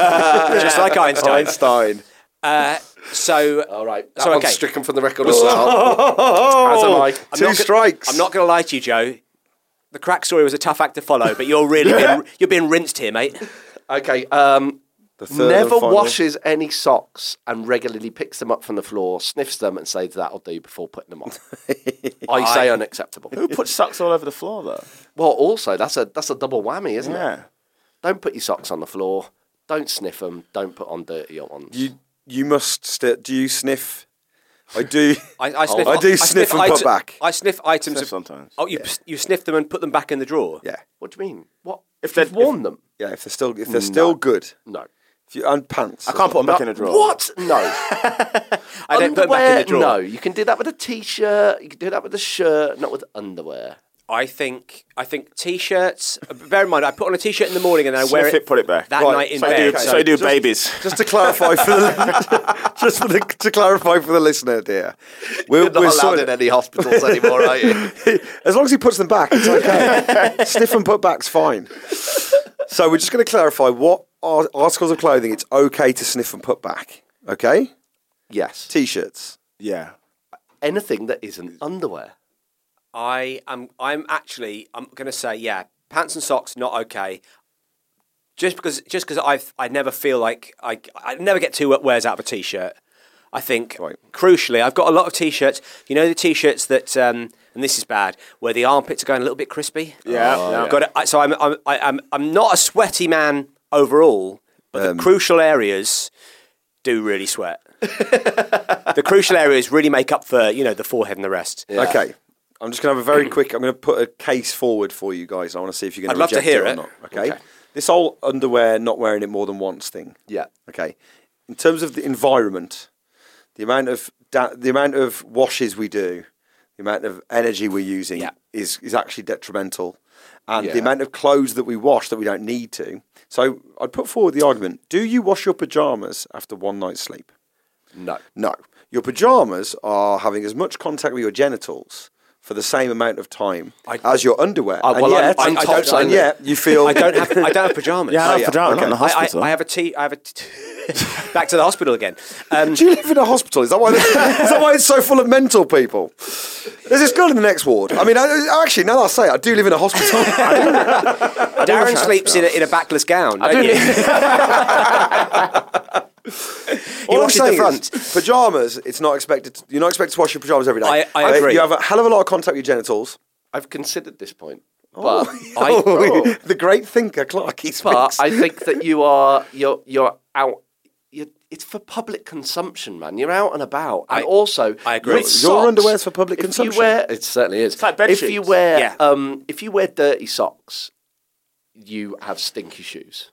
just like Einstein. Einstein. Uh, so, All right, that So, one's okay. stricken from the record as well. as am I. Two not gonna- strikes. I'm not going to lie to you, Joe. The crack story was a tough act to follow, but you're really being, you're being rinsed here, mate. Okay, um, third and never final. washes any socks and regularly picks them up from the floor, sniffs them, and says that'll do before putting them on. I say unacceptable. Who puts socks all over the floor though? Well, also that's a that's a double whammy, isn't it? Yeah. Don't put your socks on the floor. Don't sniff them. Don't put on dirtier ones. You you must. St- do you sniff? I do. I, I sniff. I do sniff and put ite- back. I sniff items Sniff of- sometimes. Oh, you you sniff them and put them back in the drawer. yeah, what do you mean? What If if they're- they've worn them? yeah. If they're still if they're still good. No. If you and pants. Mm, I can't put them back in a drawer. What? No. I don't put them back in the drawer. No, you can do that with a t-shirt. You can do that with a shirt, not with underwear. I think I think t-shirts. Bear in mind, I put on a t-shirt in the morning and then I wear Sniff it, put it back. that Right, night in So I bed. do, So- so I do babies. Just to clarify for the just for the, to clarify for the listener, dear, we're, You're not we're allowed sort in any hospitals anymore, are you? as long as he puts them back, it's okay. Sniff and put back's fine. So we're just going to clarify what are articles of clothing it's okay to sniff and put back. Okay, Yes. t-shirts. Yeah. Anything that isn't underwear. I am. I'm actually. I'm going to say yeah. Pants and socks not okay. Just because just because I I never feel like I I never get two wears out of a t-shirt. I think crucially, I've got a lot of t-shirts. You know the t-shirts that. Um, and this is bad, where the armpits are going a little bit crispy. Yeah, yeah. Got it. I- So I'm, I'm, I- I'm, I'm not a Um. sweaty man overall, but the crucial areas do really sweat. the crucial areas really make up for you know the forehead and the rest. Okay. I'm just going to have a very quick. I'm going to put a case forward for you guys. I want to see if you're I'd going love to reject hear it, it. or not. Okay? Okay. This whole underwear, not wearing it more than once thing. Yeah. Okay. In terms of the environment, the amount of da- the amount of washes we do, the amount of energy we're using Yeah. is is actually detrimental, and Yeah. the amount of clothes that we wash that we don't need to. So I'd put forward the argument: Do you wash your pajamas after one night's sleep? No. No. Your pajamas are having as much contact with your genitals for the same amount of time as your underwear. I- Ah, well, and I'm- yet, I'm and top yet- and side. yet you feel I don't have I don't have pajamas. Oh, Yeah, I have yeah, pajamas, okay. not in the I- I- I, hospital. I have a tea. I have a. T- back to the hospital again. Um, Do you live in a hospital? Is that why? is that why it's so full of mental people? There's this girl in the next ward. I mean, I, actually, now that I say it, I do live in a hospital. Darren sleeps in a, in a backless gown. Don't you? All I'm washes the saying front. is, pajamas. It's not expected. To, you're not expected to wash your pajamas every day. I- I agree. You have a hell of a lot of contact with your genitals. I've considered this point, but oh, I, the great thinker Clark. He but speaks. I think that you are you're you're out. You're, it's for public consumption, man. You're out and about, and I- also I agree. with Your socks, underwear's for public if you consumption. wear- it certainly is. It's like bed if you sheets. wear Yeah. um, if you wear dirty socks, you have stinky shoes,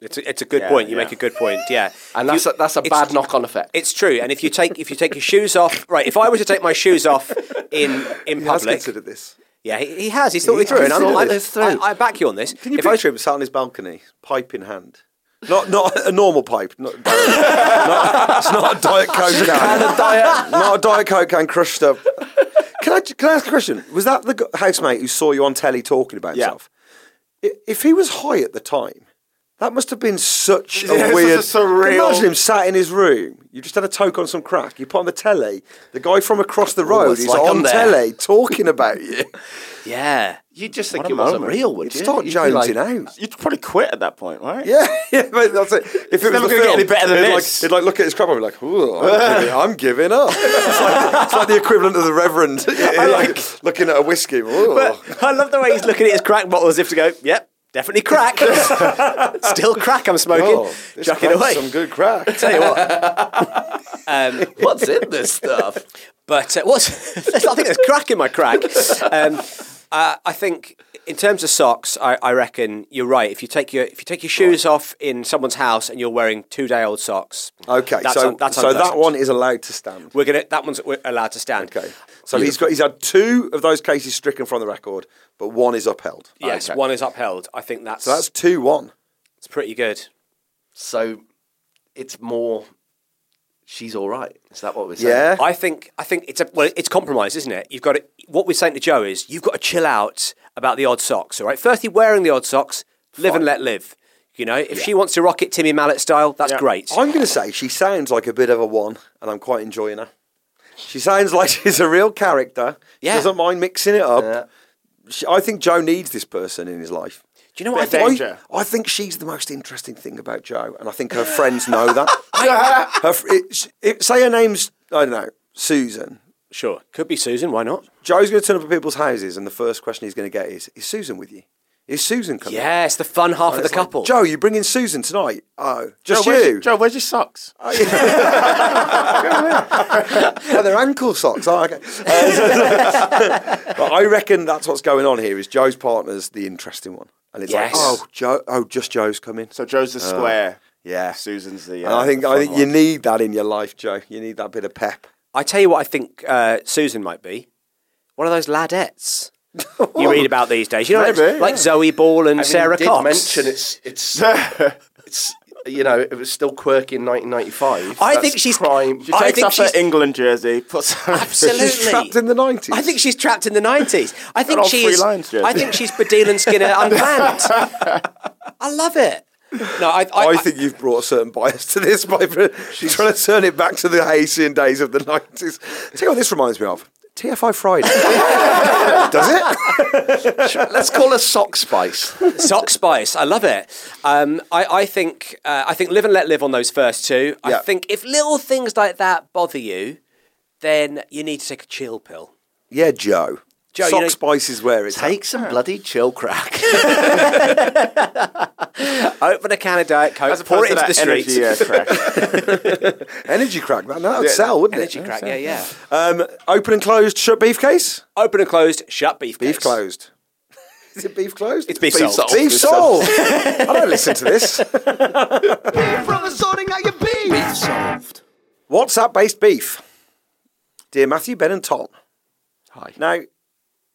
It's a, it's a good point. You yeah. make a good point. Yeah, and You- that's a, that's a it's- bad knock on effect. It's true. And if you take if you take your shoes off, right? If I were to take my shoes off in in He has public, considered this. yeah, he, he has. He's thought it He's through, and I'm, considered I, this. I, I back you on this. Can you if I picture him sat on his balcony, pipe in hand? Not not a normal pipe. Not, not- it's not a diet coke can. not a diet coke can crushed up. Can I can I ask a question? Was that the g- housemate who saw you on telly talking about Yeah. himself? I- If he was high at the time, that must have been such a Yeah, it's weird. such a surreal- Imagine him sat in his room. You just had a toke on some crack. You put on the telly. The guy from across the road it's is like I'm on there. telly talking about you. yeah, you just think What a it wasn't moment. real, would You'd you? start You'd be like- jonesing out. You'd probably quit at that point, right? Yeah, yeah, but that's it. If it was never gonna the get film, any better than it'd this. Like, it'd like look at his crap and be like, "Ooh, I'm giving, I'm giving up." It's like, it's like the equivalent of the Reverend like, looking at a whiskey. Ooh. but I love the way he's looking at his crack bottle as if to go, "Yep, definitely crack. Still crack. I'm smoking. oh, this Chuck it crack's away." Some good crack. Tell you what. Um, What's in this stuff? But uh, what's I think there's crack in my crack. Um, uh, I think in terms of socks, I, I reckon you're right. If you take your if you take your shoes off in someone's house and you're wearing two day old socks, Okay, that's so un- that's so that unpleasant. one is allowed to stand. we're gonna that one's we're allowed to stand. Okay, so he's got he's had two of those cases stricken from the record, but one is upheld. Yes, Okay. one is upheld. I think that's So that's two one. that's pretty good. So it's more. She's all right. Is that what we're saying? Yeah, I think I think it's a well, it's compromise, isn't it? You've got to, what we're saying to Joe is you've got to chill out about the odd socks. All right, firstly, wearing the odd socks, live and let live. You know, if she wants to rock it Timmy Mallet style, that's great. I'm going to say she sounds like a bit of a one, and I'm quite enjoying her. She sounds like she's a real character. Yeah. Doesn't mind mixing it up. She, I think Joe needs this person in his life. Do you know what I Bit think? of I- danger. I, think she's the most interesting thing about Joe, and I think her friends know that. her, fr- it, sh- it, say her name's, I don't know, Susan. Sure. Could be Susan, why not? Joe's going to turn up at people's houses, and the first question he's going to get is, Is Susan with you? Is Susan coming? Yes, the fun half of the couple. Joe, you bringing Susan tonight? Oh, Joe, just where's you. your, Joe, where's your socks? Oh, they're ankle socks. Oh, okay. Uh, but I reckon that's what's going on here. Is Joe's partner's the interesting one, and it's Yes. like, oh, Joe, oh, just Joe's coming. So Joe's the square. yeah. Uh, Susan's the. And uh, I think the I fun think one. you need that in your life, Joe. You need that bit of pep. I tell you what I think uh, Susan might be. One of those ladettes you read about these days. You know, like- Maybe, like, Zoe Ball and I mean, Sarah did Cox. mention it's it's it's you know it was still quirky in 1995. I That's think she's- prime. I Takes think off her she's- England jersey, puts on Absolutely. She's trapped in the nineties. I think she's trapped in the nineties. I think old she's. Three Lions jersey. I think she's Badil and Skinner unplanned. I love it. No, I. I, I, Oh, think you've brought a certain bias to this by she's trying to turn it back to the Haitian days of the nineties. Tell you what, this reminds me of TFI Friday. Does it? Let's call her sock spice. sock spice. I love it. Um, I, I think. Uh, I think live and let live on those first two. I Yeah. think if little things like that bother you, then you need to take a chill pill. Yeah, Joe. Joe, you Sock know- spice is where it's at. Take some bloody chill crack. Open a can of Diet Coke, As pour opposed it to into the that energy, streets. uh, crack. Energy crack, man. That would sell, wouldn't Energy it? crack, yeah, yeah. Um, open and closed shut beef case? Open and closed, shut beef Beef case. closed. Is it beef closed? It's beef, Beef sold. sold. Beef sold. I don't listen to this. Beef from the sorting out your beef. solved. WhatsApp based beef. Dear Matthew, Ben, and Tom. Hi. Now,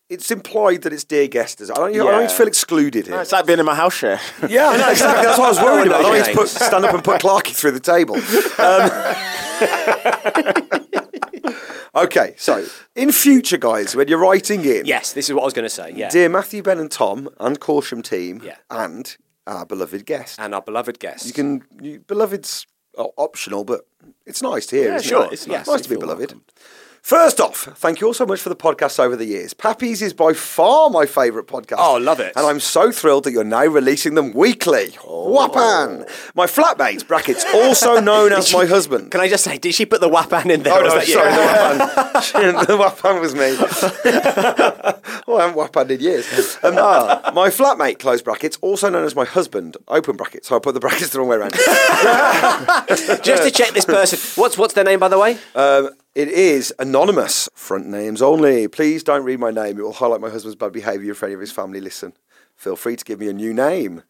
it's implied that it's dear guest. is it? I don't, I don't Yeah. need to feel excluded here. No, it's like being in my house share. Yeah, I know, exactly. That's what I was worried about. I your need to put, stand up and put Clarky through the table. Um, okay, so in future, guys, when you're writing in, Yes, this is what I was going to say. Yeah. dear Matthew, Ben, and Tom, and Corsham team, Yeah. and our beloved guest, and our beloved guest. you can, you, beloved's are optional, but it's nice to hear. Yeah, isn't sure, It? it's nice. nice You to be feel beloved. First off, thank you all so much for the podcast over the years. Pappy's is by far my favourite podcast. Oh, love it. Oh. And I'm so thrilled that you're now releasing them weekly. Wapan! My flatmate, brackets, also known as my husband. Can I just say, did she put the wapan in there? Oh, or was no, that you? sorry, the Wapan. the Wapan was me. well, I haven't Wapan in years. Um, Ah. My flatmate, close brackets, also known as my husband, open brackets. So I put the brackets the wrong way around. Just to check this person. What's what's their name, by the way? Um, it is anonymous, front names only. Please don't read my name. It will highlight my husband's bad behaviour if any of his family listen. Feel free to give me a new name.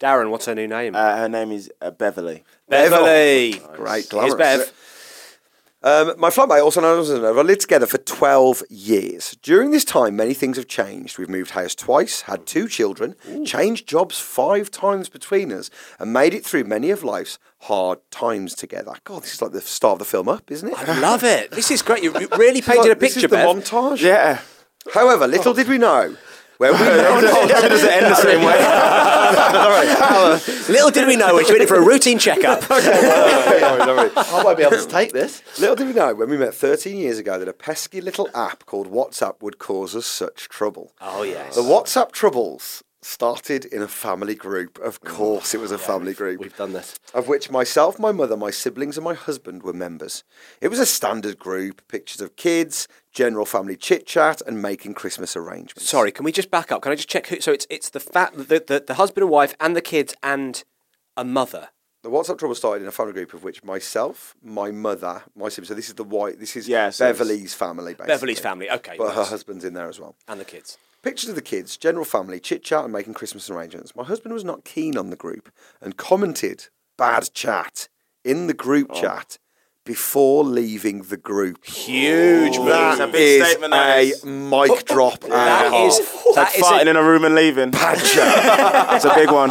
Darren, what's her new name? Uh, her name is uh, Beverly. Beverly. Here's Great, glamorous. Bev. Um, my flatmate, also known as another, lived together for 12 years. During this time, many things have changed. We've moved house twice, had two children, changed jobs five times between us, and made it through many of life's hard times together. God, this is like the start of the film up, isn't it? I love it. This is great. You you really painted a This is picture, the Bev. montage. Yeah. However, little did we know. Where we landed. Does it end the same way? Little did we know, we went in for a routine checkup. I won't be able to take this. Little did we know when we met 13 years ago that a pesky little app called WhatsApp would cause us such trouble. Oh, yes. The WhatsApp troubles started in a family group. Of course, it was a family group. Oh, We've done this. of which myself, my mother, my siblings, and my husband were members. It was a standard group, pictures of kids, general family chit chat, and making Christmas arrangements. Sorry, can we just back up? Can I just check who? So it's it's the fat, the, the, the husband and wife, and the kids, and a mother. The WhatsApp trouble started in a family group of which myself, my mother, my siblings. So this is the white. This is Yeah, so it's- Beverly's family. Basically. Beverly's family. Okay, but her nice. husband's in there as well. and the kids. Pictures of the kids, general family chit chat, and making Christmas arrangements. My husband was not keen on the group and commented bad chat in the group Oh. chat before leaving the group. Huge move. That It's a big is statement, that a is. mic drop. and a That half. is that is Farting a, in a room and leaving. It's a big one.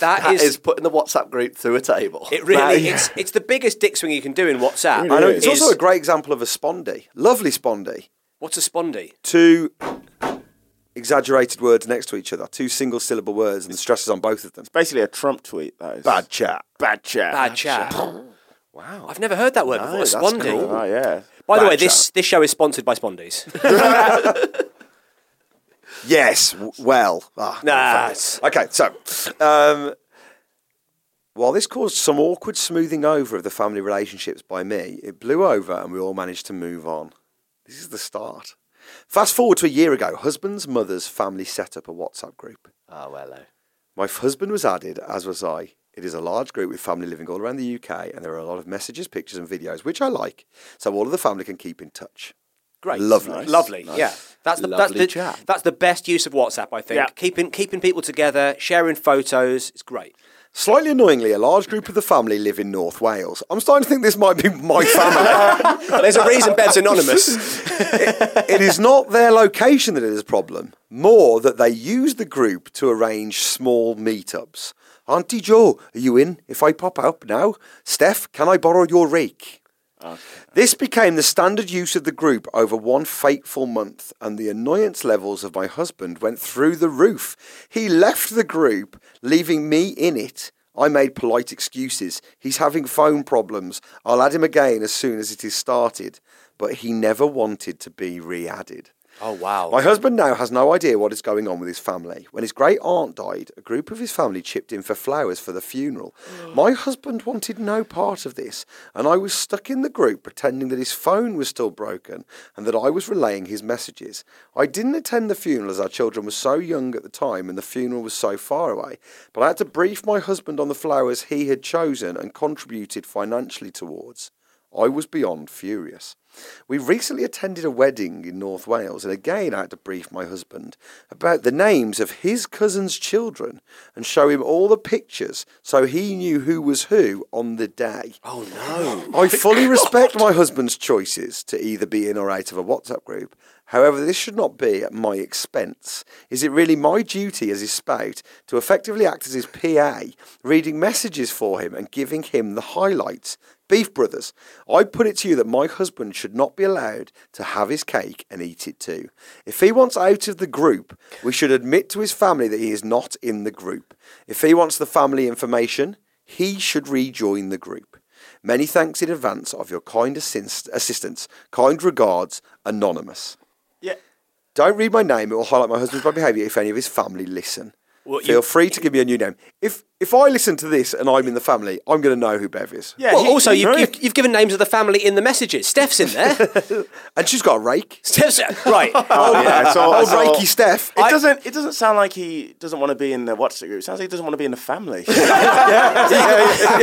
that Is is putting the WhatsApp group through a table. it. Really, it's it's the biggest dick swing you can do in WhatsApp. I know it's Is- also a great example of a spondy, lovely spondy. what's a spondy? Two exaggerated words next to each other, two single syllable words, and the stress is on both of them. Basically, a Trump tweet. That is Bad chat. Bad chat. Bad chat. Wow, I've never heard that word before. A that's spondy. cool. Oh yeah. By the Bad way, this this show is sponsored by Spondies. Yes. w- Well. Ah, Nah, fuck it's- it. Okay. So, um, while this caused some awkward smoothing over of the family relationships by me, it blew over and we all managed to move on. This is the start. Fast forward to a year ago, husband's mother's family set up a WhatsApp group. Oh, hello. My f- husband was added, as was I. It is a large group with family living all around the UK, and there are a lot of messages, pictures, and videos, which I like, so all of the family can keep in touch. Great, Lovely. lovely. Yeah, that's the that's Lovely the, chat. that's the best use of WhatsApp. I think Yeah. keeping keeping people together, sharing photos, it's great. Slightly annoyingly, a large group of the family live in North Wales. I'm starting to think this might be my family. There's a reason Bev's anonymous. it is not their location that is a problem, more that they use the group to arrange small meetups. Auntie Joe, are you in if I pop up now? Steph, can I borrow your rake? This became the standard use of the group over one fateful month, and the annoyance levels of my husband went through the roof. He left the group, leaving me in it. I made polite excuses. He's having phone problems. I'll add him again as soon as it is started. But he never wanted to be re added. Oh, wow. My husband now has no idea what is going on with his family. When his great aunt died, a group of his family chipped in for flowers for the funeral. My husband wanted no part of this, and I was stuck in the group pretending that his phone was still broken and that I was relaying his messages. I didn't attend the funeral as our children were so young at the time and the funeral was so far away, but I had to brief my husband on the flowers he had chosen and contributed financially towards. I was beyond furious. We recently attended a wedding in North Wales, and again I had to brief my husband about the names of his cousin's children and show him all the pictures so he knew who was who on the day. Oh, no. I fully respect my husband's choices to either be in or out of a WhatsApp group. However, this should not be at my expense. Is it really my duty as his spouse to effectively act as his PA, reading messages for him and giving him the highlights? Beef Brothers, I put it to you that my husband should not be allowed to have his cake and eat it too. If he wants out of the group, we should admit to his family that he is not in the group. If he wants the family information, he should rejoin the group. Many thanks in advance of your kind assist- assistance. Kind regards, Anonymous. Yeah. Don't read my name; it will highlight my husband's bad behaviour. If any of his family listen, Well, feel you- free to give me a new name. If if I listen to this and I'm in the family, I'm going to know who Bev is. Yeah. well, he- also, no. you've, you've, you've given names of the family in the messages. Steph's in there. and she's got a rake. Steph's right. Oh, yeah. So, Old so- rakey Steph. It doesn't. It doesn't sound like he doesn't want to be in the WhatsApp group. It sounds like he doesn't want to be in the family.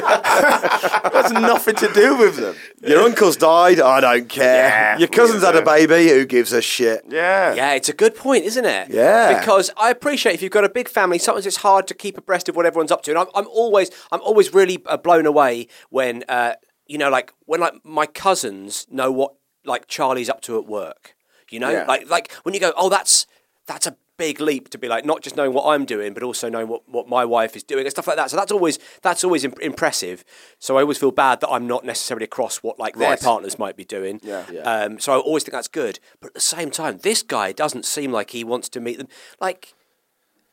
That's nothing to do with them. Your uncle's died. I don't care. Yeah. Your cousin's had a baby. Who gives a shit? Yeah. Yeah, it's a good point, isn't it? Yeah. Because I appreciate if you've got a big family, sometimes it's hard to keep abreast of what everyone's up to, and I'm, I'm always I'm always really uh, blown away when uh, you know like when like my cousins know what like Charlie's up to at work. You know, Yeah. like like when you go, oh, that's that's a big leap to be like not just knowing what I'm doing, but also knowing what, what my wife is doing and stuff like that. So that's always that's always imp- impressive. So I always feel bad that I'm not necessarily across what like their Right. partners might be doing. Yeah. Um, so I always think that's good. But at the same time, this guy doesn't seem like he wants to meet them. Like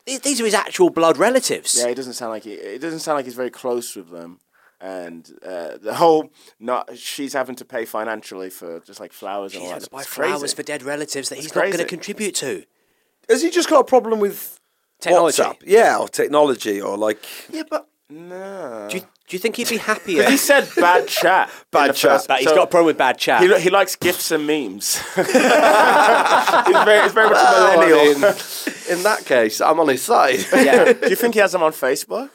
th- these are his actual blood relatives. Yeah, it doesn't sound like he. It doesn't sound like he's very close with them. And uh, the whole not she's having to pay financially for just like flowers and He's all had that. to buy Oh, It's flowers crazy. for dead relatives that he's It's not going to crazy. contribute to. Has he just got a problem with Technology. WhatsApp? Yeah, or technology, or like Yeah, but no. Do you, do you think he'd be happier? He said bad chat. in Bad the chat. first- But he's so- got a problem with bad chat. He, li- he likes gifs and memes. he's, very, he's very much a millennial. in that case, I'm on his side. yeah. Do you think he has them on Facebook?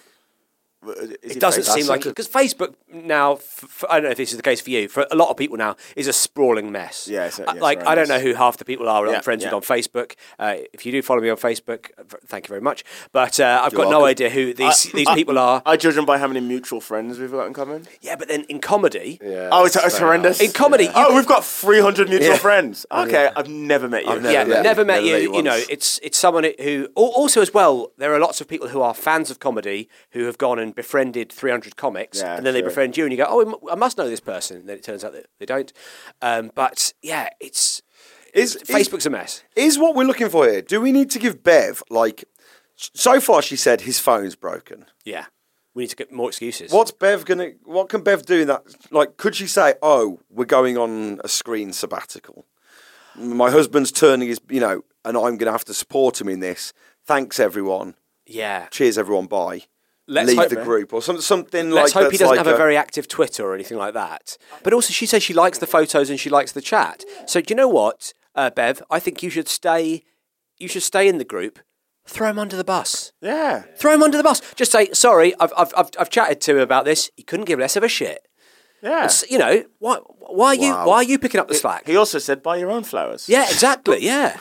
Is he It doesn't Facebook? seem like because Facebook now. f f- I don't know if this is the case for you. For a lot of people now, is a sprawling mess. Yeah, it's a- Uh, yeah, it's like I don't know horrendous. who half the people are that Yeah, I'm friends yeah. with on Facebook. Uh, if you do follow me on Facebook, uh, v- thank you very much. But uh, I've got no welcome. idea who these these people are. I judge him by how many mutual friends we've got in common. yeah, but then in comedy, Yeah, oh, it's, that's it's fair horrendous. In comedy, you oh, we've got 300 mutual Yeah. friends. Okay, I've never met you. yeah, never, met never you. met you you know, once. it's it's someone who al- also as well. There are lots of people who are fans of comedy who have gone and befriended 300 comics, Yeah, and then they true. befriend you, and you go, "Oh, I mu- I must know this person." And then it turns out that they don't. Um, but yeah, it's is Facebook's a mess. is what we're looking for here. Do we need to give Bev like? s- So far, she said his phone's broken. Yeah, we need to get more excuses. What's Bev gonna? What can Bev do in that? Like, could she say, "Oh, we're going on a screen sabbatical. My husband's turning his, you know, and I'm gonna have to support him in this. Thanks, everyone. Yeah, Cheers, everyone. Bye. Let's Leave hope- the group or some, something let's like. hope he that's doesn't like have a, very active Twitter or anything like that. But also, she says she likes the photos and she likes the chat. So do you know what, uh, Bev? I think you should stay. You should stay in the group. Throw him under the bus. Yeah. Throw him under the bus. Just say, sorry, I've, I've, I've, I've chatted to him about this. He couldn't give less of a shit. Yeah. It's- you know, why, why, are you, why are you picking up the slack? He also said, buy your own flowers. yeah, exactly. Yeah.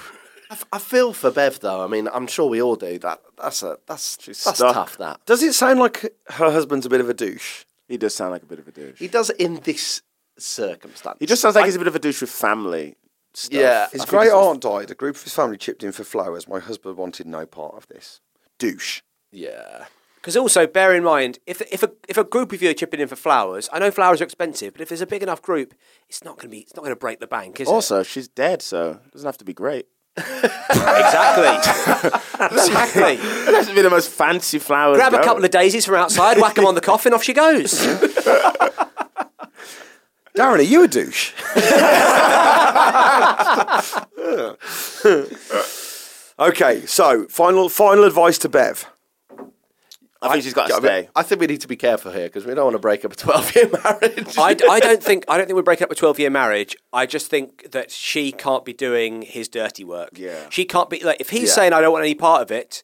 I f- I feel for Bev though. I mean, I'm sure we all do. That that's a that's that's stuck. tough. That Does it sound like her husband's a bit of a douche? He does sound like a bit of a douche. he does it in this circumstance. He just sounds like he's a bit of a douche with family. Stuff. yeah. His great aunt died. A group of his family chipped in for flowers. My husband wanted no part of this. Douche. yeah. Because also, bear in mind, if, if, a, if a group of you are chipping in for flowers, I know flowers are expensive, but if there's a big enough group, it's not going to be, it's not going to break the bank, is Also, she's dead, so it doesn't have to be great. it? Exactly. exactly. It doesn't have to be the most fancy flowers. Grab a going. couple of daisies from outside, whack them on the coffin, off she goes. Darren, are you a douche? okay, so final final advice to Bev. I think she's got to I, mean, stay. I think we need to be careful here because we don't want to break up a 12 year marriage. I, I don't think I don't think we're breaking up a twelve year marriage. I just think that she can't be doing his dirty work. Yeah. she can't be like if he's saying I don't want any part of it,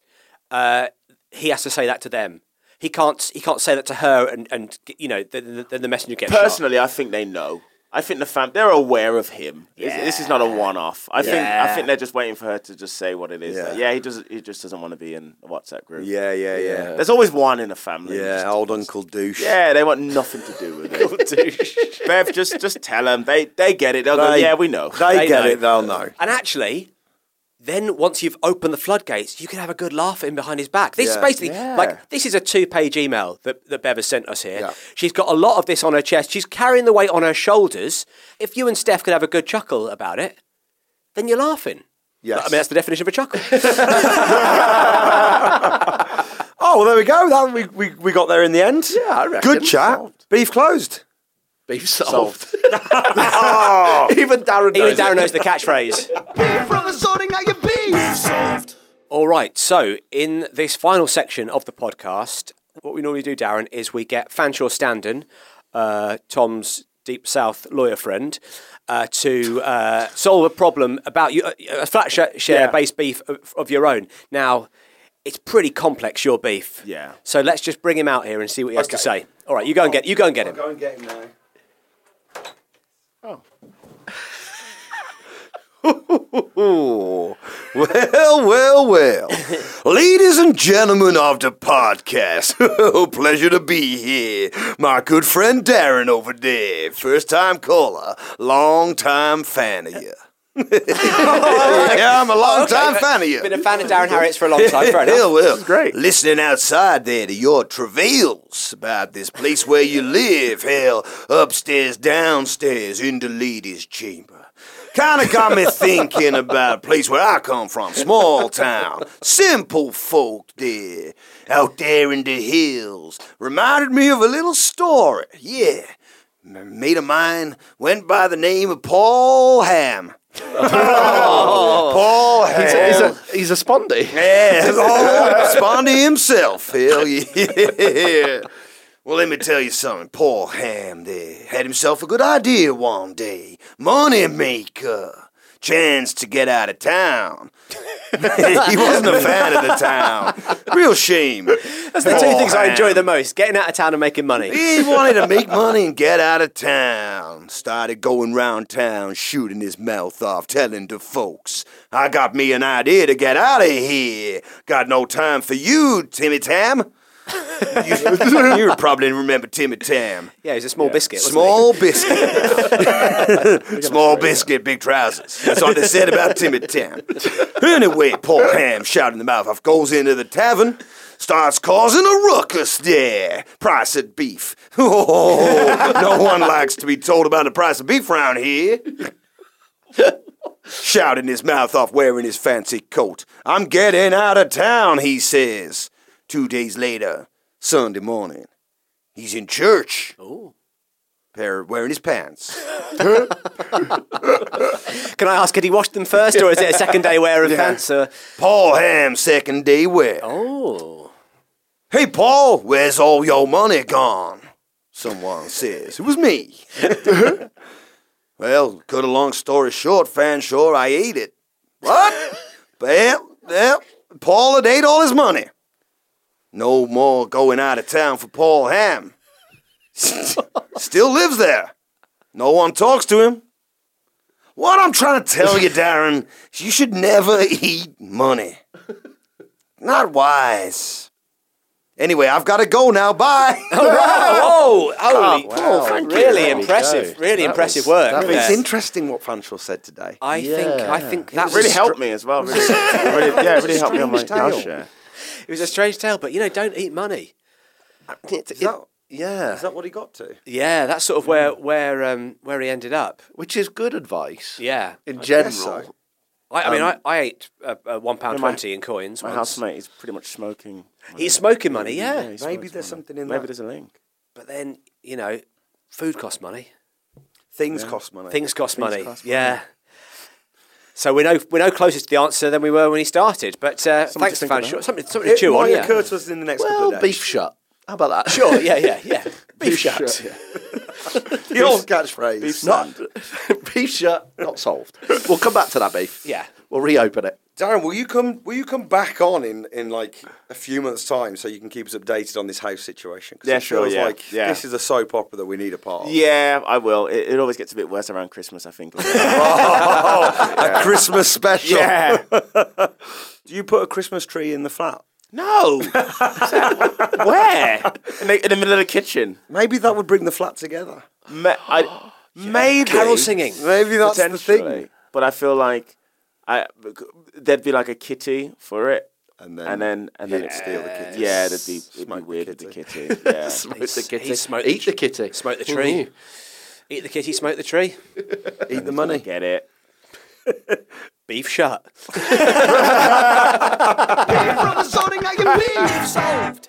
uh, he has to say that to them. He can't he can't say that to her, and and you know then the, the messenger gets shot. Personally, I think they know. I think the fam they're aware of him. This- This is not a one off. I think I Yeah. think they're just waiting for her to just say what it is. Yeah. Like, yeah he does he just doesn't want to be in a WhatsApp group. Yeah, yeah, yeah. There's always one in a family. Yeah, oh. old Uncle Douche. Yeah, they want nothing to do with it. Bev, just just tell them. They they get it. They'll go, They- yeah, we know. They, They get know. it, they'll know. And actually, then once you've opened the floodgates, you can have a good laugh at him behind his back. This Yeah. is basically Yeah. like this is a two-page email that, that Bev has sent us here. Yeah. She's got a lot of this on her chest. She's carrying the weight on her shoulders. If you and Steph could have a good chuckle about it, then you're laughing. Yes. I mean, that's the definition of a chuckle. Oh, well, there we go. That we, we, we got there in the end. Yeah, I reckon. Good chat. Solved. Beef closed. Beef solved. Oh! Even Darren knows. Even Darren knows the catchphrase. Beef from the sorting out your beef. All right. So, in this final section of the podcast, what we normally do, Darren, is we get Fanshawe Standen, uh, Tom's deep south lawyer friend, uh, to uh, solve a problem about you, uh, a flat share based beef of, of your own. Now, it's pretty complex your beef. Yeah. So let's just bring him out here and see what he has to say. All right, you go and get you go and get him. and get him now. Well, well, well. Ladies and gentlemen of the podcast, oh, pleasure to be here. My good friend Darren over there, first time caller, long time fan of you. yeah, I'm a long time fan of you. Been a fan of Darren Harriet's for a long time. Fair enough. Hell, well, great. Listening outside there to your travails about this place where you live. Hell, upstairs, downstairs, in the ladies' chamber. Kind of got me thinking about a place where I come from, small town, simple folk there, out there in the hills. Reminded me of a little story, yeah. A mate of mine went by the name of Paul Ham. Paul Ham. He's a, he's a, he's a Yeah, spondy. oh, Spondy himself. Hell yeah. Well, let me tell you something. Paul Ham there had himself a good idea one day. Money maker. Chance to get out of town. he wasn't a fan of the town. Real shame. That's the two things I enjoy the most: getting out of town and making money. Oh, He wanted to make money and get out of town. Started going round town, shooting his mouth off, telling the folks, I got me an idea to get out of here. Got no time for you, Timmy Tam. you, you probably remember Timmy Tam. Yeah, he's a small biscuit. wasn't he? Small biscuit. Small biscuit, big trousers. That's what they said about Timmy Tam. Anyway, Paul Ham, shouting in the mouth off, goes into the tavern, starts causing a ruckus there. Price of beef. Oh, no one likes to be told about the price of beef round here. Shouting his mouth off, wearing his fancy coat. I'm getting out of town, he says. Two days later, Sunday morning, he's in church pair wearing his pants. Can I ask, had he washed them first, or is it a second day wear of pants? Or... Paul Ham, second day wear. Oh, Hey, Paul, where's all your money gone? Someone says. It was me. well, cut a long story short, Fanshawe, I ate it. What? well, well, Paul had ate all his money. No more going out of town for Paul Ham. Still lives there. No one talks to him. What I'm trying to tell you, Darren, is you should never eat money. Not wise. Anyway, I've got to go now. Bye. oh, holy! wow. Thank you. really There we impressive, go. really That impressive was- work. that there. was interesting what Fanshawe said today. I think, I Yeah. think that really was a helped me as well. Really, really- yeah, it really helped me on my house share. str- It was a strange tale, but you know, don't eat money. Is that, Yeah. is that what he got to? Yeah, that's sort of where where um, where he ended up. Which is good advice Yeah, in general. so. I, I mean, I, I ate uh, uh, one pound my- twenty in coins. My once. housemate is pretty much smoking. He's smoking money, yeah. he smokes Maybe there's money. something in Maybe that. there's a link. But then you know, food costs money. Things cost money. Things cost money. yeah. So we're no we're no closer to the answer than we were when he started. But uh, thanks to think Fan about. Short. Something, something to It chew on. might Yeah. occur to us in the next couple Well, of days. beef shut. How about that? Sure. Yeah. Yeah. Yeah. Beef shut. shut, yeah. The old catchphrase. Not beef shut. Not solved. We'll come back to that beef. Yeah. We'll reopen it. Darren, will you come? Will you come back on in, in like a few months' time so you can keep us updated on this house situation? 'Cause Yeah, it sure, feels yeah, Like yeah. this is a soap opera that we need a part. Of. Yeah, I will. It, it always gets a bit worse around Christmas, I think. a Christmas special. yeah. Do you put a Christmas tree in the flat? No. Where? In the, in the middle of the kitchen. Maybe that would bring the flat together. Ma- I, Maybe. Carol singing. Maybe that's the Potentially. thing. But I feel like I there'd be like a kitty for it. And then and then and then you'd it's- steal the kitty. Yeah, it'd be, it'd be Smoke the weird at the kitty. kitty. Yeah. Smoke the kitty. he smoked Eat the the tr- kitty. Mm-hmm. Smoke the Who tree. knew? Eat the kitty. Smoke the tree. Eat the money. Get it. Beef shut. Beef from the sorting I can beef.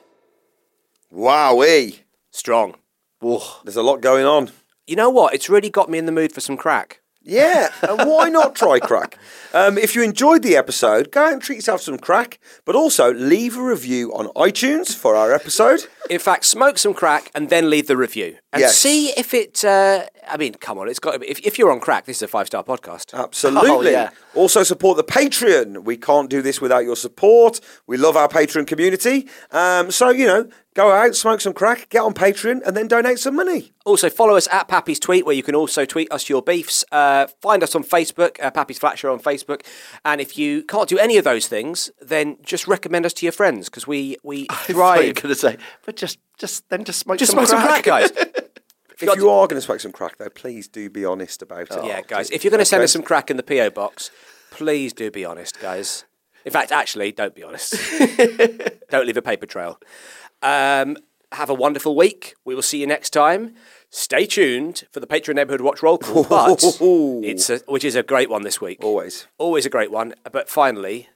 Wowee! Strong. There's a lot going on. You know what? It's really got me in the mood for some crack. Yeah, and why not try crack? Um, if you enjoyed the episode, go out and treat yourself to some crack, but also leave a review on iTunes for our episode. In fact, smoke some crack and then leave the review and Yes. see if it. Uh, I mean, come on, it's got. to be- If, if you're on crack, this is a five star podcast. Absolutely. Oh, yeah. Also, support the Patreon. We can't do this without your support. We love our Patreon community. Um, so, you know, go out, smoke some crack, get on Patreon, and then donate some money. Also, follow us at Pappy's Tweet, where you can also tweet us your beefs. Uh, find us on Facebook, uh, Pappy's Flat Show on Facebook. And if you can't do any of those things, then just recommend us to your friends because we we Right. You're thrive. going to say, but just, just then, just smoke just some smoke some crack, guys. If you are going to smoke some crack, though, please do be honest about it. Oh, yeah, guys, if you're going to send us some crack in the PO box, please do be honest, guys. In fact, actually, don't be honest. don't leave a paper trail. Um, have a wonderful week. We will see you next time. Stay tuned for the Patreon Neighborhood Watch roll call, but it's a, which is a great one this week. Always. always a great one. But finally,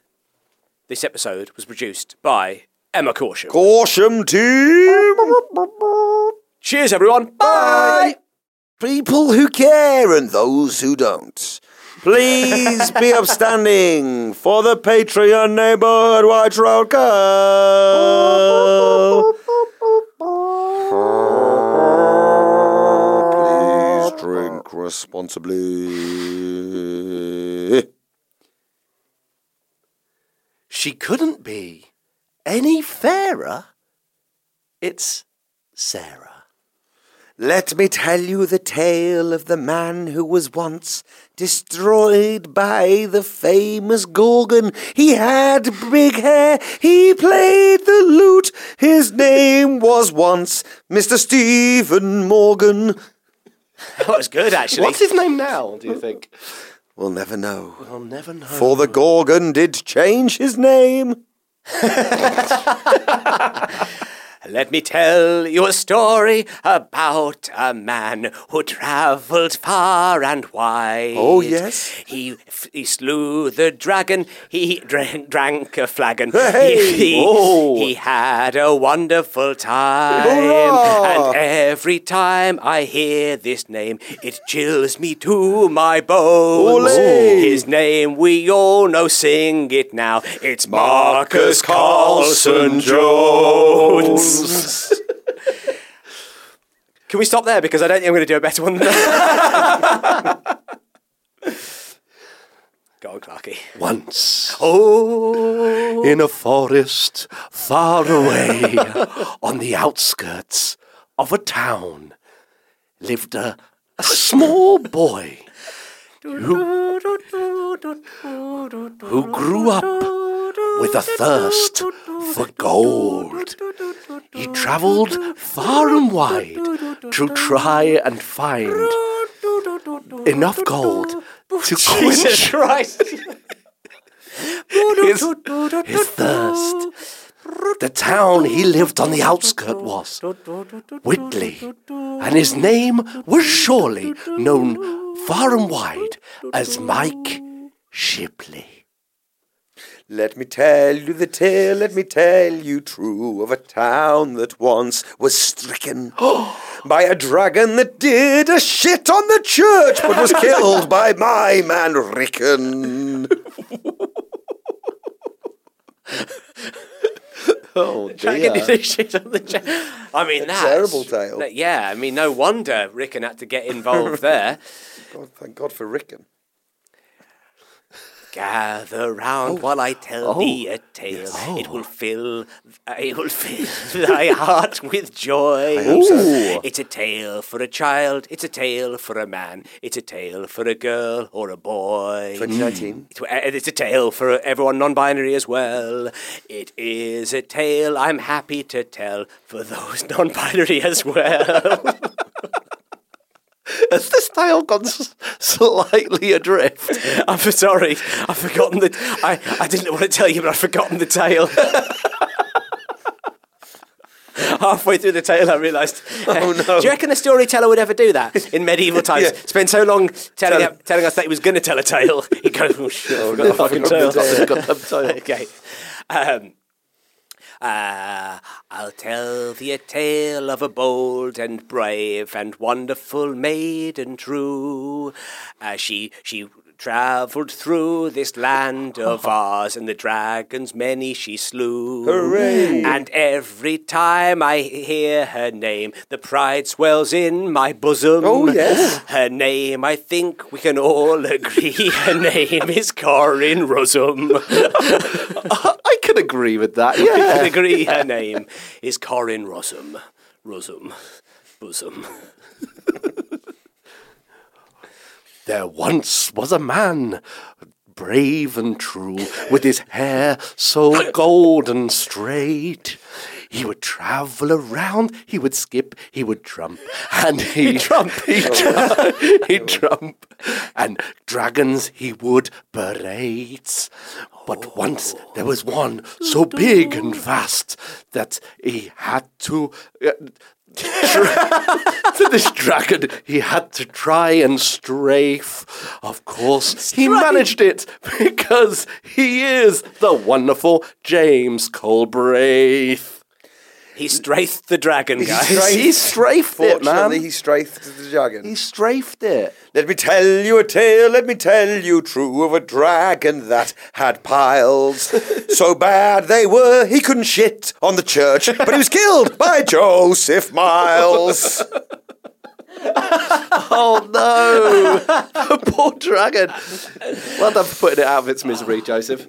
this episode was produced by Emma Caution. Awesome team! Cheers, everyone. Bye. People who care and those who don't. Please be upstanding for the Patreon Neighborhood Watch Road Call. Please drink responsibly. She couldn't be any fairer. It's Sarah. Let me tell you the tale of the man who was once destroyed by the famous Gorgon. He had big hair, he played the lute, his name was once Mr. Stephen Morgan. That was good, actually. What's his name now, do you think? We'll never know, I'll never know. for the Gorgon did change his name. Let me tell you a story about a man who travelled far and wide. Oh, yes. He, he slew the dragon, he drank, drank a flagon. Hey! He, Oh. he had a wonderful time. Hurrah! And every time I hear this name, it chills me to my bones. Ole! His name we all know, sing it now. It's Marcus Carlson Jones. Can we stop there? Because I don't think I'm going to do a better one than that. Go on, Clarky. Once Oh. in a forest far away on the outskirts of a town lived a, a small boy who, who grew up with a thirst for gold. He traveled far and wide to try and find enough gold to quench Christ. his, his thirst. The town he lived on the outskirt was Whitley, and his name was surely known far and wide as Mike Shipley. Let me tell you the tale, let me tell you true of a town that once was stricken by a dragon that did a shit on the church but was killed by my man Rickon. Oh, Dragon did a shit on the chair. I mean, that's terrible tale. no- Yeah, I mean, no wonder Rickon had to get involved there. God, thank God for Rickon. Gather Oh. round while I tell thee a tale. It will fill, uh, it will fill thy heart with joy. It's a tale for a child. It's a tale for a man. It's a tale for a girl or a boy. 2019. It's- and It's a tale for everyone non-binary as well. It is a tale I'm happy to tell for those non-binary as well. Has this tale gone s- slightly adrift? I'm sorry, I've forgotten the. I, I didn't want to tell you, but I've forgotten the tale. Halfway through the tale, I realised. Oh no. Do you reckon a storyteller would ever do that in medieval times? Yeah. Spend so long telling Tell- telling us that he was going to tell a tale, he goes, "Oh shit, I forgot the fucking forgot the tale." tale. okay. Um, uh, I'll tell thee a tale of a bold and brave and wonderful maiden true. Uh, she she travelled through this land of ours, and the dragons many she slew. Hooray! And every time I hear her name, the pride swells in my bosom. Oh, yes. Her name, I think we can all agree, her name is Corin Rosum. I can agree with that. We Yeah. can agree her name is Corin Rosum. Rosum. Bosom. There once was a man, brave and true, with his hair so golden straight. He would travel around, he would skip, he would trump, and he trump, he trump, he trump, and dragons he would berate. But once there was one so big and vast that he had to. uh, to this dragon he had to try and strafe. Of course, he managed it because he is the wonderful James Colbraith. He strafed the dragon, guys. He strafed it, man. Fortunately, he strafed the dragon. He strafed it. Let me tell you a tale, let me tell you true of a dragon that had piles. so bad they were, he couldn't shit on the church, but he was killed by Joseph Miles. Oh no, the poor dragon. Well done for putting it out of its misery, Joseph.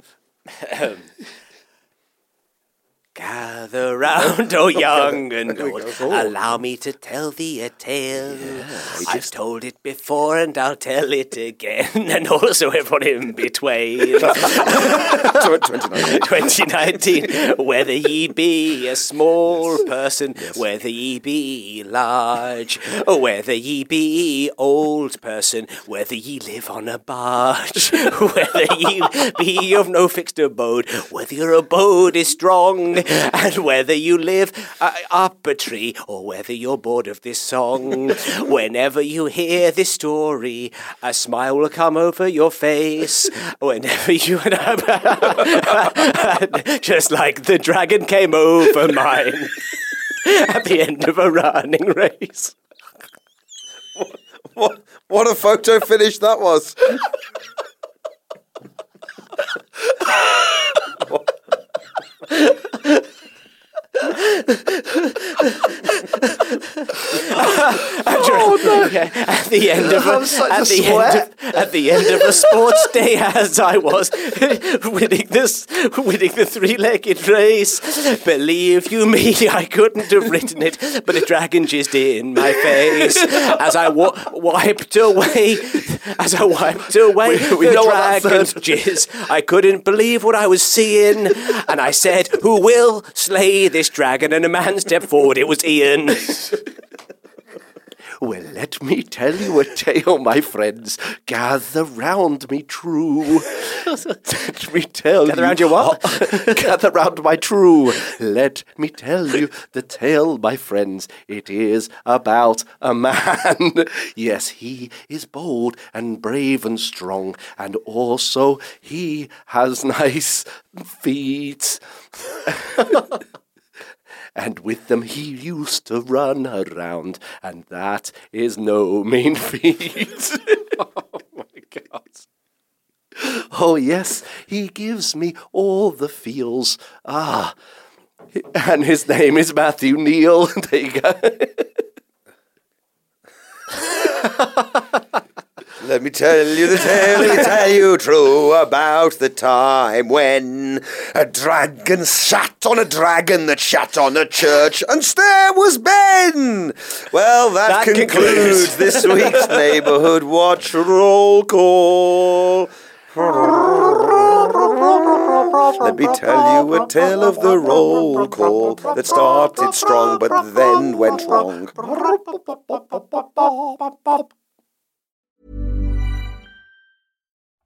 Gather round, O young and old. Allow me to tell thee a tale. I've told it before and I'll tell it again, and also everyone in between. 2019, whether ye be a small person, whether ye be large, or whether ye be old person, whether ye live on a barge, whether ye be of no fixed abode, whether your abode is strong, and whether you live uh, up a tree, or whether you're bored of this song, whenever you hear this story, a smile will come over your face. Whenever you just like the dragon came over mine at the end of a running race. what, what a photo finish that was. Yeah, at the end of a, Oh, I'm such at a the end of, at the end of a sports day, as I was winning this, winning the three-legged race. Believe you me, I couldn't have written it, but a dragon jizzed in my face as I wa- wiped away. As I wiped away we the know what that dragon's jizz, I couldn't believe what I was seeing, and I said, "Who will slay this dragon?" And a man stepped forward. It was Ian. Well, let me tell you a tale, my friends. Gather round me, true. let me tell Gather you. round your what? gather round my true. Let me tell you the tale, my friends. It is about a man. yes, he is bold and brave and strong, and also he has nice feet. and with them he used to run around, and that is no mean feat. oh my god. Oh yes, he gives me all the feels. Ah, and his name is Matthew Neal. there you go. Let me tell you the tale, let me tell you true about the time when a dragon sat on a dragon that sat on a church, and there was Ben. Well, that, That concludes. concludes this week's Neighborhood Watch Roll Call. Let me tell you a tale of the roll call that started strong but then went wrong.